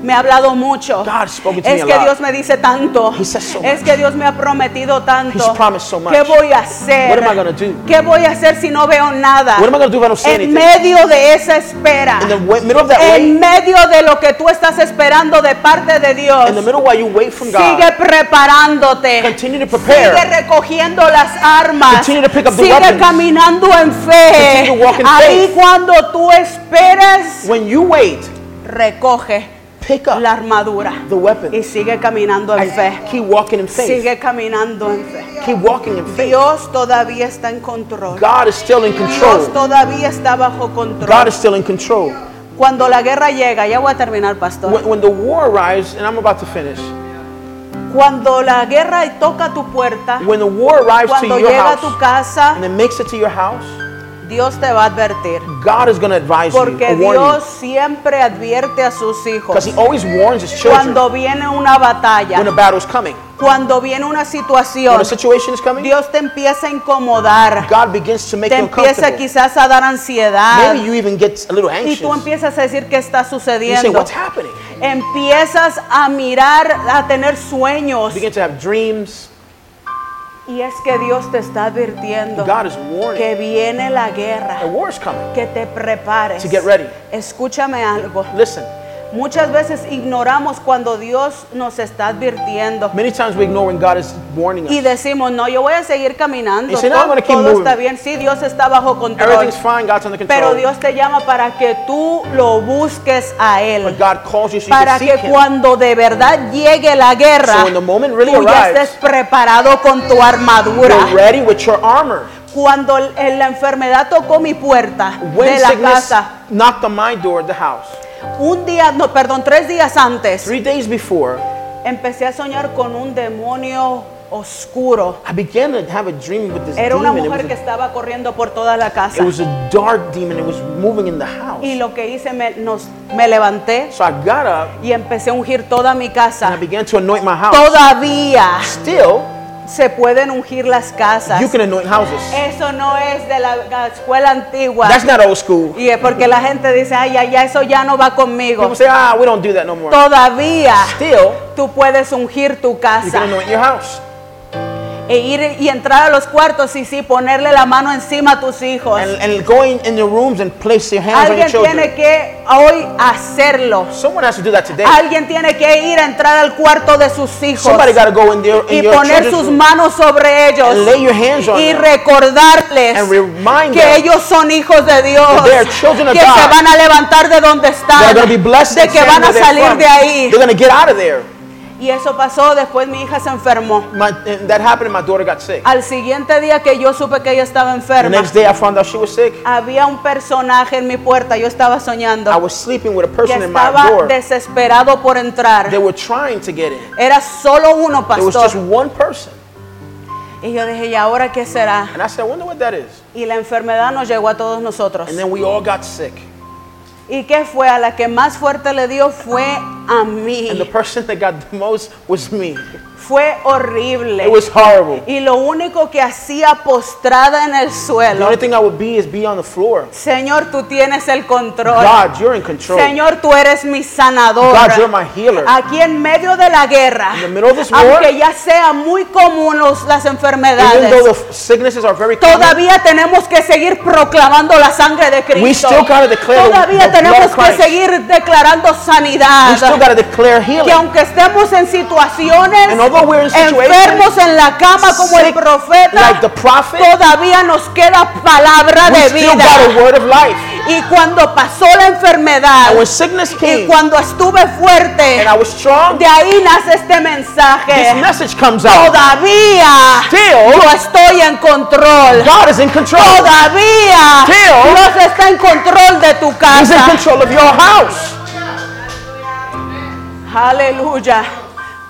Speaker 1: me ha hablado mucho.
Speaker 2: God spoke to me
Speaker 1: Es
Speaker 2: a
Speaker 1: que
Speaker 2: lot.
Speaker 1: Dios me dice tanto.
Speaker 2: He says so
Speaker 1: Es
Speaker 2: much.
Speaker 1: que Dios me ha prometido tanto.
Speaker 2: He's promised so much.
Speaker 1: ¿Qué voy a hacer?
Speaker 2: What am I gonna do?
Speaker 1: ¿Qué voy a hacer si no veo nada?
Speaker 2: What am I going to do if I don't see
Speaker 1: En
Speaker 2: anything?
Speaker 1: medio de esa espera.
Speaker 2: In the wa- middle of that
Speaker 1: En
Speaker 2: wait,
Speaker 1: medio de lo que tú estás esperando de parte de Dios,
Speaker 2: in the middle while you wait from God,
Speaker 1: sigue preparándote.
Speaker 2: continue to
Speaker 1: Sigue
Speaker 2: prepare.
Speaker 1: recogiendo las armas.
Speaker 2: Continue to pick up the
Speaker 1: Sigue
Speaker 2: weapons.
Speaker 1: caminando en fe.
Speaker 2: Continue to walk in
Speaker 1: Ahí
Speaker 2: faith.
Speaker 1: cuando tú esperes,
Speaker 2: When you wait,
Speaker 1: recoge
Speaker 2: pick up
Speaker 1: la armadura
Speaker 2: the weapon
Speaker 1: y sigue caminando en
Speaker 2: and
Speaker 1: fe.
Speaker 2: keep walking in faith.
Speaker 1: Sigue caminando en fe.
Speaker 2: Keep walking in faith.
Speaker 1: Dios todavía está en control.
Speaker 2: God is still in
Speaker 1: Dios
Speaker 2: control.
Speaker 1: todavía está bajo
Speaker 2: God
Speaker 1: control.
Speaker 2: is still in control.
Speaker 1: Cuando la guerra llega, ya voy a terminar, pastor.
Speaker 2: When, when the war arrives, and I'm about to finish,
Speaker 1: Cuando la guerra toca tu puerta,
Speaker 2: when the war arrives to
Speaker 1: cuando
Speaker 2: your
Speaker 1: llega a tu
Speaker 2: house
Speaker 1: casa,
Speaker 2: and it makes it to your house,
Speaker 1: Dios te va a advertir.
Speaker 2: God is going to advise you,
Speaker 1: Porque
Speaker 2: or warn
Speaker 1: Dios
Speaker 2: you,
Speaker 1: siempre advierte a sus
Speaker 2: because He
Speaker 1: hijos.
Speaker 2: always warns His children
Speaker 1: Cuando viene una
Speaker 2: when a
Speaker 1: batalla,
Speaker 2: battle's coming,
Speaker 1: cuando viene una
Speaker 2: when
Speaker 1: situación,
Speaker 2: a situation is coming.
Speaker 1: Dios te empieza a incomodar,
Speaker 2: God begins to make
Speaker 1: te
Speaker 2: you
Speaker 1: empieza
Speaker 2: uncomfortable.
Speaker 1: quizás a dar ansiedad
Speaker 2: Maybe you even get a little
Speaker 1: y
Speaker 2: anxious.
Speaker 1: tú empiezas a decir qué está
Speaker 2: You say,
Speaker 1: sucediendo.
Speaker 2: "What's happening?"
Speaker 1: Empiezas a mirar, a tener sueños
Speaker 2: You begin to have dreams.
Speaker 1: y es que Dios te está advirtiendo
Speaker 2: God is warning.
Speaker 1: que viene la guerra,
Speaker 2: The war is coming.
Speaker 1: que te prepares.
Speaker 2: To get ready.
Speaker 1: Escúchame algo.
Speaker 2: Listen,
Speaker 1: Muchas veces ignoramos cuando Dios nos está advirtiendo
Speaker 2: many times we ignore when God is warning
Speaker 1: y
Speaker 2: us.
Speaker 1: decimos, no, yo voy a seguir caminando,
Speaker 2: You say, "No, I'm
Speaker 1: todo,
Speaker 2: gonna keep
Speaker 1: todo
Speaker 2: moving."
Speaker 1: está bien, sí, Dios está bajo control,
Speaker 2: Everything's fine. God's under
Speaker 1: pero
Speaker 2: control.
Speaker 1: Dios te llama para que tú lo busques a
Speaker 2: But
Speaker 1: Él,
Speaker 2: God calls you so you
Speaker 1: para
Speaker 2: can
Speaker 1: que
Speaker 2: seek Him.
Speaker 1: cuando de verdad llegue la guerra,
Speaker 2: So when the moment really
Speaker 1: tú ya
Speaker 2: arrives,
Speaker 1: estés preparado con tu armadura.
Speaker 2: You're ready with your armor.
Speaker 1: Cuando el- la enfermedad tocó mi puerta
Speaker 2: When
Speaker 1: de la
Speaker 2: sickness
Speaker 1: casa,
Speaker 2: knocked on my door at the house,
Speaker 1: un día, no, perdón, tres días antes,
Speaker 2: three days before,
Speaker 1: Empecé a soñar con un demonio oscuro.
Speaker 2: I began to have a dream with this
Speaker 1: Era una
Speaker 2: demon. It was,
Speaker 1: mujer que
Speaker 2: a,
Speaker 1: estaba corriendo por toda la casa.
Speaker 2: it was a dark demon. It was moving in the house.
Speaker 1: Y lo que hice, me, nos- me levanté
Speaker 2: So I got up
Speaker 1: y empecé a ungir toda mi
Speaker 2: and I
Speaker 1: casa.
Speaker 2: began to anoint my house.
Speaker 1: Todavía
Speaker 2: Still,
Speaker 1: se pueden ungir las casas.
Speaker 2: you can anoint houses.
Speaker 1: Eso no es de la la escuela antigua.
Speaker 2: That's not old school.
Speaker 1: Y es porque la gente dice, ay, ay, ay, eso ya no va conmigo.
Speaker 2: People say, ah, we don't do that no more.
Speaker 1: Todavía
Speaker 2: Still,
Speaker 1: tú puedes ungir tu
Speaker 2: you
Speaker 1: casa
Speaker 2: can anoint your house.
Speaker 1: e ir y entrar a los cuartos y sí, ponerle la mano encima a tus hijos.
Speaker 2: And, and going in your rooms and place your hands on your
Speaker 1: Alguien
Speaker 2: children.
Speaker 1: tiene que hoy hacerlo.
Speaker 2: Someone has to do that today.
Speaker 1: Alguien tiene que ir a entrar al cuarto de sus hijos
Speaker 2: Somebody got to go in their
Speaker 1: y
Speaker 2: in your
Speaker 1: poner
Speaker 2: children's
Speaker 1: sus
Speaker 2: room
Speaker 1: manos sobre ellos
Speaker 2: and lay your hands on
Speaker 1: y
Speaker 2: them.
Speaker 1: recordarles
Speaker 2: And remind
Speaker 1: que
Speaker 2: them
Speaker 1: ellos son hijos de Dios,
Speaker 2: that they are children of
Speaker 1: que se
Speaker 2: God.
Speaker 1: van a levantar de donde
Speaker 2: They're
Speaker 1: están,
Speaker 2: going to be blessed.
Speaker 1: de
Speaker 2: and
Speaker 1: que
Speaker 2: stand
Speaker 1: van a
Speaker 2: where they're
Speaker 1: salir
Speaker 2: from.
Speaker 1: de ahí.
Speaker 2: They're going to get out of there.
Speaker 1: Y eso pasó, después mi hija se enfermó.
Speaker 2: My, and that happened and my daughter got sick.
Speaker 1: Al siguiente día que yo supe que ella estaba
Speaker 2: The
Speaker 1: enferma,
Speaker 2: next day I found out she was sick.
Speaker 1: había un personaje en mi puerta, yo estaba
Speaker 2: I
Speaker 1: soñando,
Speaker 2: was sleeping with a
Speaker 1: que
Speaker 2: person in my
Speaker 1: estaba
Speaker 2: door.
Speaker 1: desesperado por entrar.
Speaker 2: They were trying to get in.
Speaker 1: Era solo uno,
Speaker 2: There was just
Speaker 1: pastor.
Speaker 2: one person.
Speaker 1: Y yo dije, ¿y ahora qué será?
Speaker 2: And I said, I wonder what that is.
Speaker 1: Y la enfermedad nos llegó a todos nosotros.
Speaker 2: And then we all got sick.
Speaker 1: ¿Y qué fue? A la que más fuerte le dio fue a
Speaker 2: And the
Speaker 1: mí.
Speaker 2: person that got the most was me.
Speaker 1: Fue horrible.
Speaker 2: It was horrible.
Speaker 1: Y lo único que hacía postrada en el
Speaker 2: The
Speaker 1: suelo.
Speaker 2: only thing I would be is be on the floor.
Speaker 1: Señor, tú tienes el control.
Speaker 2: God, you're in control.
Speaker 1: Señor, tú eres mi sanador.
Speaker 2: God, you're my healer.
Speaker 1: Aquí en medio de la guerra,
Speaker 2: In the middle of this war,
Speaker 1: aunque ya sea muy común los- las
Speaker 2: Even though the
Speaker 1: enfermedades,
Speaker 2: f- sicknesses are very common,
Speaker 1: Todavía tenemos que seguir proclamando la sangre de Cristo.
Speaker 2: We still gotta declare
Speaker 1: Todavía
Speaker 2: the blood
Speaker 1: tenemos
Speaker 2: of
Speaker 1: que
Speaker 2: Christ.
Speaker 1: seguir declarando
Speaker 2: we still
Speaker 1: sanidad.
Speaker 2: got to declare healing.
Speaker 1: Que aunque estemos en situaciones
Speaker 2: And although we're in situations,
Speaker 1: enfermos en la cama como el
Speaker 2: sick
Speaker 1: profeta,
Speaker 2: like the prophet,
Speaker 1: todavía nos queda palabra
Speaker 2: we
Speaker 1: de
Speaker 2: still
Speaker 1: vida.
Speaker 2: got a word of life.
Speaker 1: Y cuando pasó la enfermedad
Speaker 2: And when sickness
Speaker 1: y
Speaker 2: came
Speaker 1: cuando estuve fuerte,
Speaker 2: and I was strong,
Speaker 1: de ahí nace este
Speaker 2: this
Speaker 1: mensaje.
Speaker 2: message comes out.
Speaker 1: Todavía
Speaker 2: Still,
Speaker 1: yo estoy en control.
Speaker 2: God is in control.
Speaker 1: Todavía
Speaker 2: Still,
Speaker 1: Dios está en control de tu
Speaker 2: He's in
Speaker 1: casa.
Speaker 2: control of your house.
Speaker 1: (laughs) Aleluya.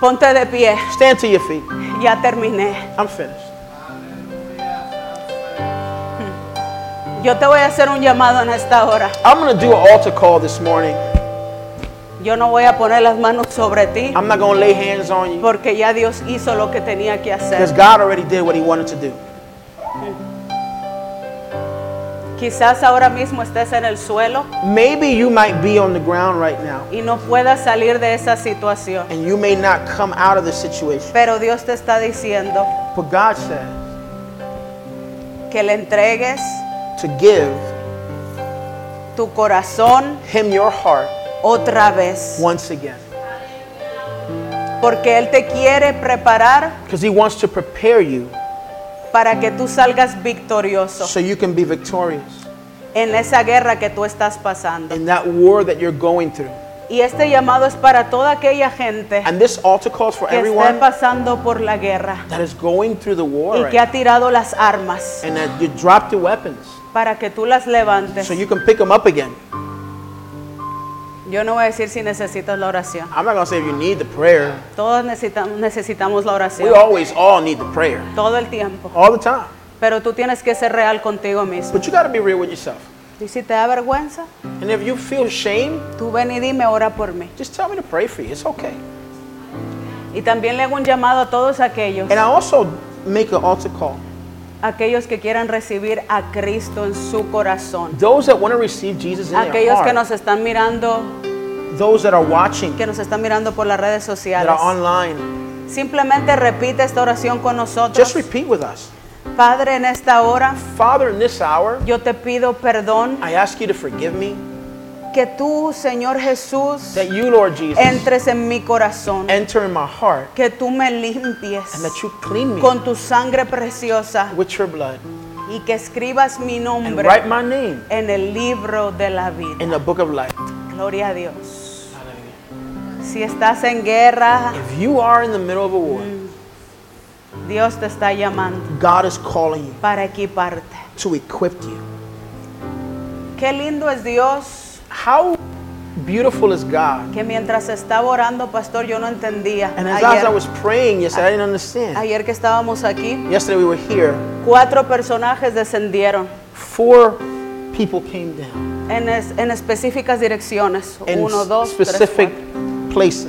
Speaker 1: Ponte de pie.
Speaker 2: Stand to your feet.
Speaker 1: Ya terminé.
Speaker 2: I'm finished.
Speaker 1: Yo te voy a hacer un llamado en esta hora.
Speaker 2: I'm going to do an altar call this morning.
Speaker 1: Yo no voy a poner las manos sobre ti
Speaker 2: I'm not going to lay hands on you
Speaker 1: porque ya Dios hizo lo que tenía que hacer.
Speaker 2: because God already did what He wanted to do.
Speaker 1: Quizás ahora mismo estés en el suelo
Speaker 2: Maybe you might be on the ground right now
Speaker 1: y no puedas salir de esa situación.
Speaker 2: and you may not come out of the situation.
Speaker 1: Pero Dios te está diciendo
Speaker 2: But God said
Speaker 1: que le entregues
Speaker 2: to give
Speaker 1: tu corazón
Speaker 2: Him your heart
Speaker 1: otra vez.
Speaker 2: once again
Speaker 1: Porque Él te quiere preparar
Speaker 2: because He wants to prepare you
Speaker 1: para que tú salgas victorioso
Speaker 2: so you can be victorious
Speaker 1: en esa guerra que tú estás pasando.
Speaker 2: in that war that you're going through.
Speaker 1: Y este llamado es para toda aquella gente
Speaker 2: And this altar calls for
Speaker 1: que esté
Speaker 2: everyone
Speaker 1: pasando por la guerra
Speaker 2: that is going through the war
Speaker 1: y
Speaker 2: right
Speaker 1: que ha
Speaker 2: now
Speaker 1: tirado las armas
Speaker 2: and that you drop the weapons
Speaker 1: para que tú las levantes.
Speaker 2: so you can pick them up again.
Speaker 1: Yo no voy a decir si necesitas la oración.
Speaker 2: I'm not gonna say if you need the prayer.
Speaker 1: Todos necesitamos, necesitamos la
Speaker 2: We
Speaker 1: oración
Speaker 2: always all need the prayer
Speaker 1: todo el tiempo.
Speaker 2: all the time.
Speaker 1: Pero tú tienes que ser real contigo mismo.
Speaker 2: But you gotta be real with yourself.
Speaker 1: Y si te da vergüenza,
Speaker 2: And if you feel shame,
Speaker 1: tú ven y dime, ora por mí.
Speaker 2: just tell me to pray for you. It's okay.
Speaker 1: Y también le hago un llamado a todos aquellos,
Speaker 2: And I also make an altar call.
Speaker 1: aquellos que quieran recibir a Cristo en su corazón.
Speaker 2: Those that want to receive Jesus in their
Speaker 1: Aquellos que nos
Speaker 2: heart,
Speaker 1: están mirando,
Speaker 2: those that are watching,
Speaker 1: que nos están mirando por las redes
Speaker 2: that
Speaker 1: sociales.
Speaker 2: are online,
Speaker 1: Simplemente repite esta oración con
Speaker 2: just
Speaker 1: nosotros.
Speaker 2: repeat with us.
Speaker 1: Padre, en esta hora
Speaker 2: Father, in this hour,
Speaker 1: yo te pido perdón
Speaker 2: I ask you to forgive me
Speaker 1: que tú, Señor Jesús,
Speaker 2: that you, Lord Jesus,
Speaker 1: entres en mi corazón,
Speaker 2: enter in my heart
Speaker 1: que tú me limpies
Speaker 2: and that you clean me
Speaker 1: con tu sangre preciosa
Speaker 2: with your blood
Speaker 1: y que escribas mi
Speaker 2: and
Speaker 1: nombre
Speaker 2: write my name
Speaker 1: en el libro de la vida.
Speaker 2: in the book of life.
Speaker 1: Gloria a Dios. Si estás en guerra,
Speaker 2: If you are in the middle of a war,
Speaker 1: Mm. Dios te está llamando
Speaker 2: God is calling you
Speaker 1: para equiparte.
Speaker 2: to equip you.
Speaker 1: Qué lindo es Dios
Speaker 2: How beautiful is God?
Speaker 1: que mientras estaba orando, pastor, yo no entendía.
Speaker 2: And as, as I
Speaker 1: Ayer,
Speaker 2: was praying yesterday, I didn't understand.
Speaker 1: ayer que estábamos aquí,
Speaker 2: Yesterday we were here,
Speaker 1: cuatro personajes descendieron
Speaker 2: four people came down
Speaker 1: en, es- en específicas direcciones.
Speaker 2: in
Speaker 1: Uno, dos, tres,
Speaker 2: specific
Speaker 1: cuatro.
Speaker 2: places.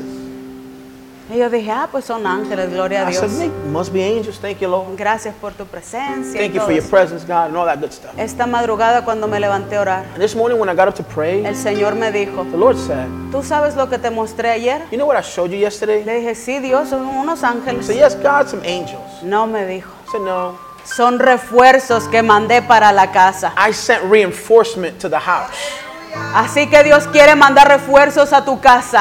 Speaker 1: Y yo dije, ah, pues son ángeles, gloria a
Speaker 2: I said,
Speaker 1: Dios.
Speaker 2: "Nick, must be angels. Thank you, Lord.
Speaker 1: Gracias por tu presencia. y
Speaker 2: Thank you
Speaker 1: todo
Speaker 2: for your
Speaker 1: eso.
Speaker 2: presence, God, and all that good stuff.
Speaker 1: Esta madrugada cuando me levanté a orar,
Speaker 2: And this morning when I got up to pray,
Speaker 1: el Señor me dijo,
Speaker 2: the Lord said,
Speaker 1: ¿tú sabes lo que te mostré ayer?
Speaker 2: You know what I showed you yesterday?
Speaker 1: Le dije, sí, Dios, son unos
Speaker 2: I said,
Speaker 1: ángeles.
Speaker 2: Yes, God, some angels.
Speaker 1: No me dijo.
Speaker 2: I said, No.
Speaker 1: Son refuerzos que mandé para la casa.
Speaker 2: I sent reinforcement to the house.
Speaker 1: Así que Dios quiere mandar refuerzos a tu casa.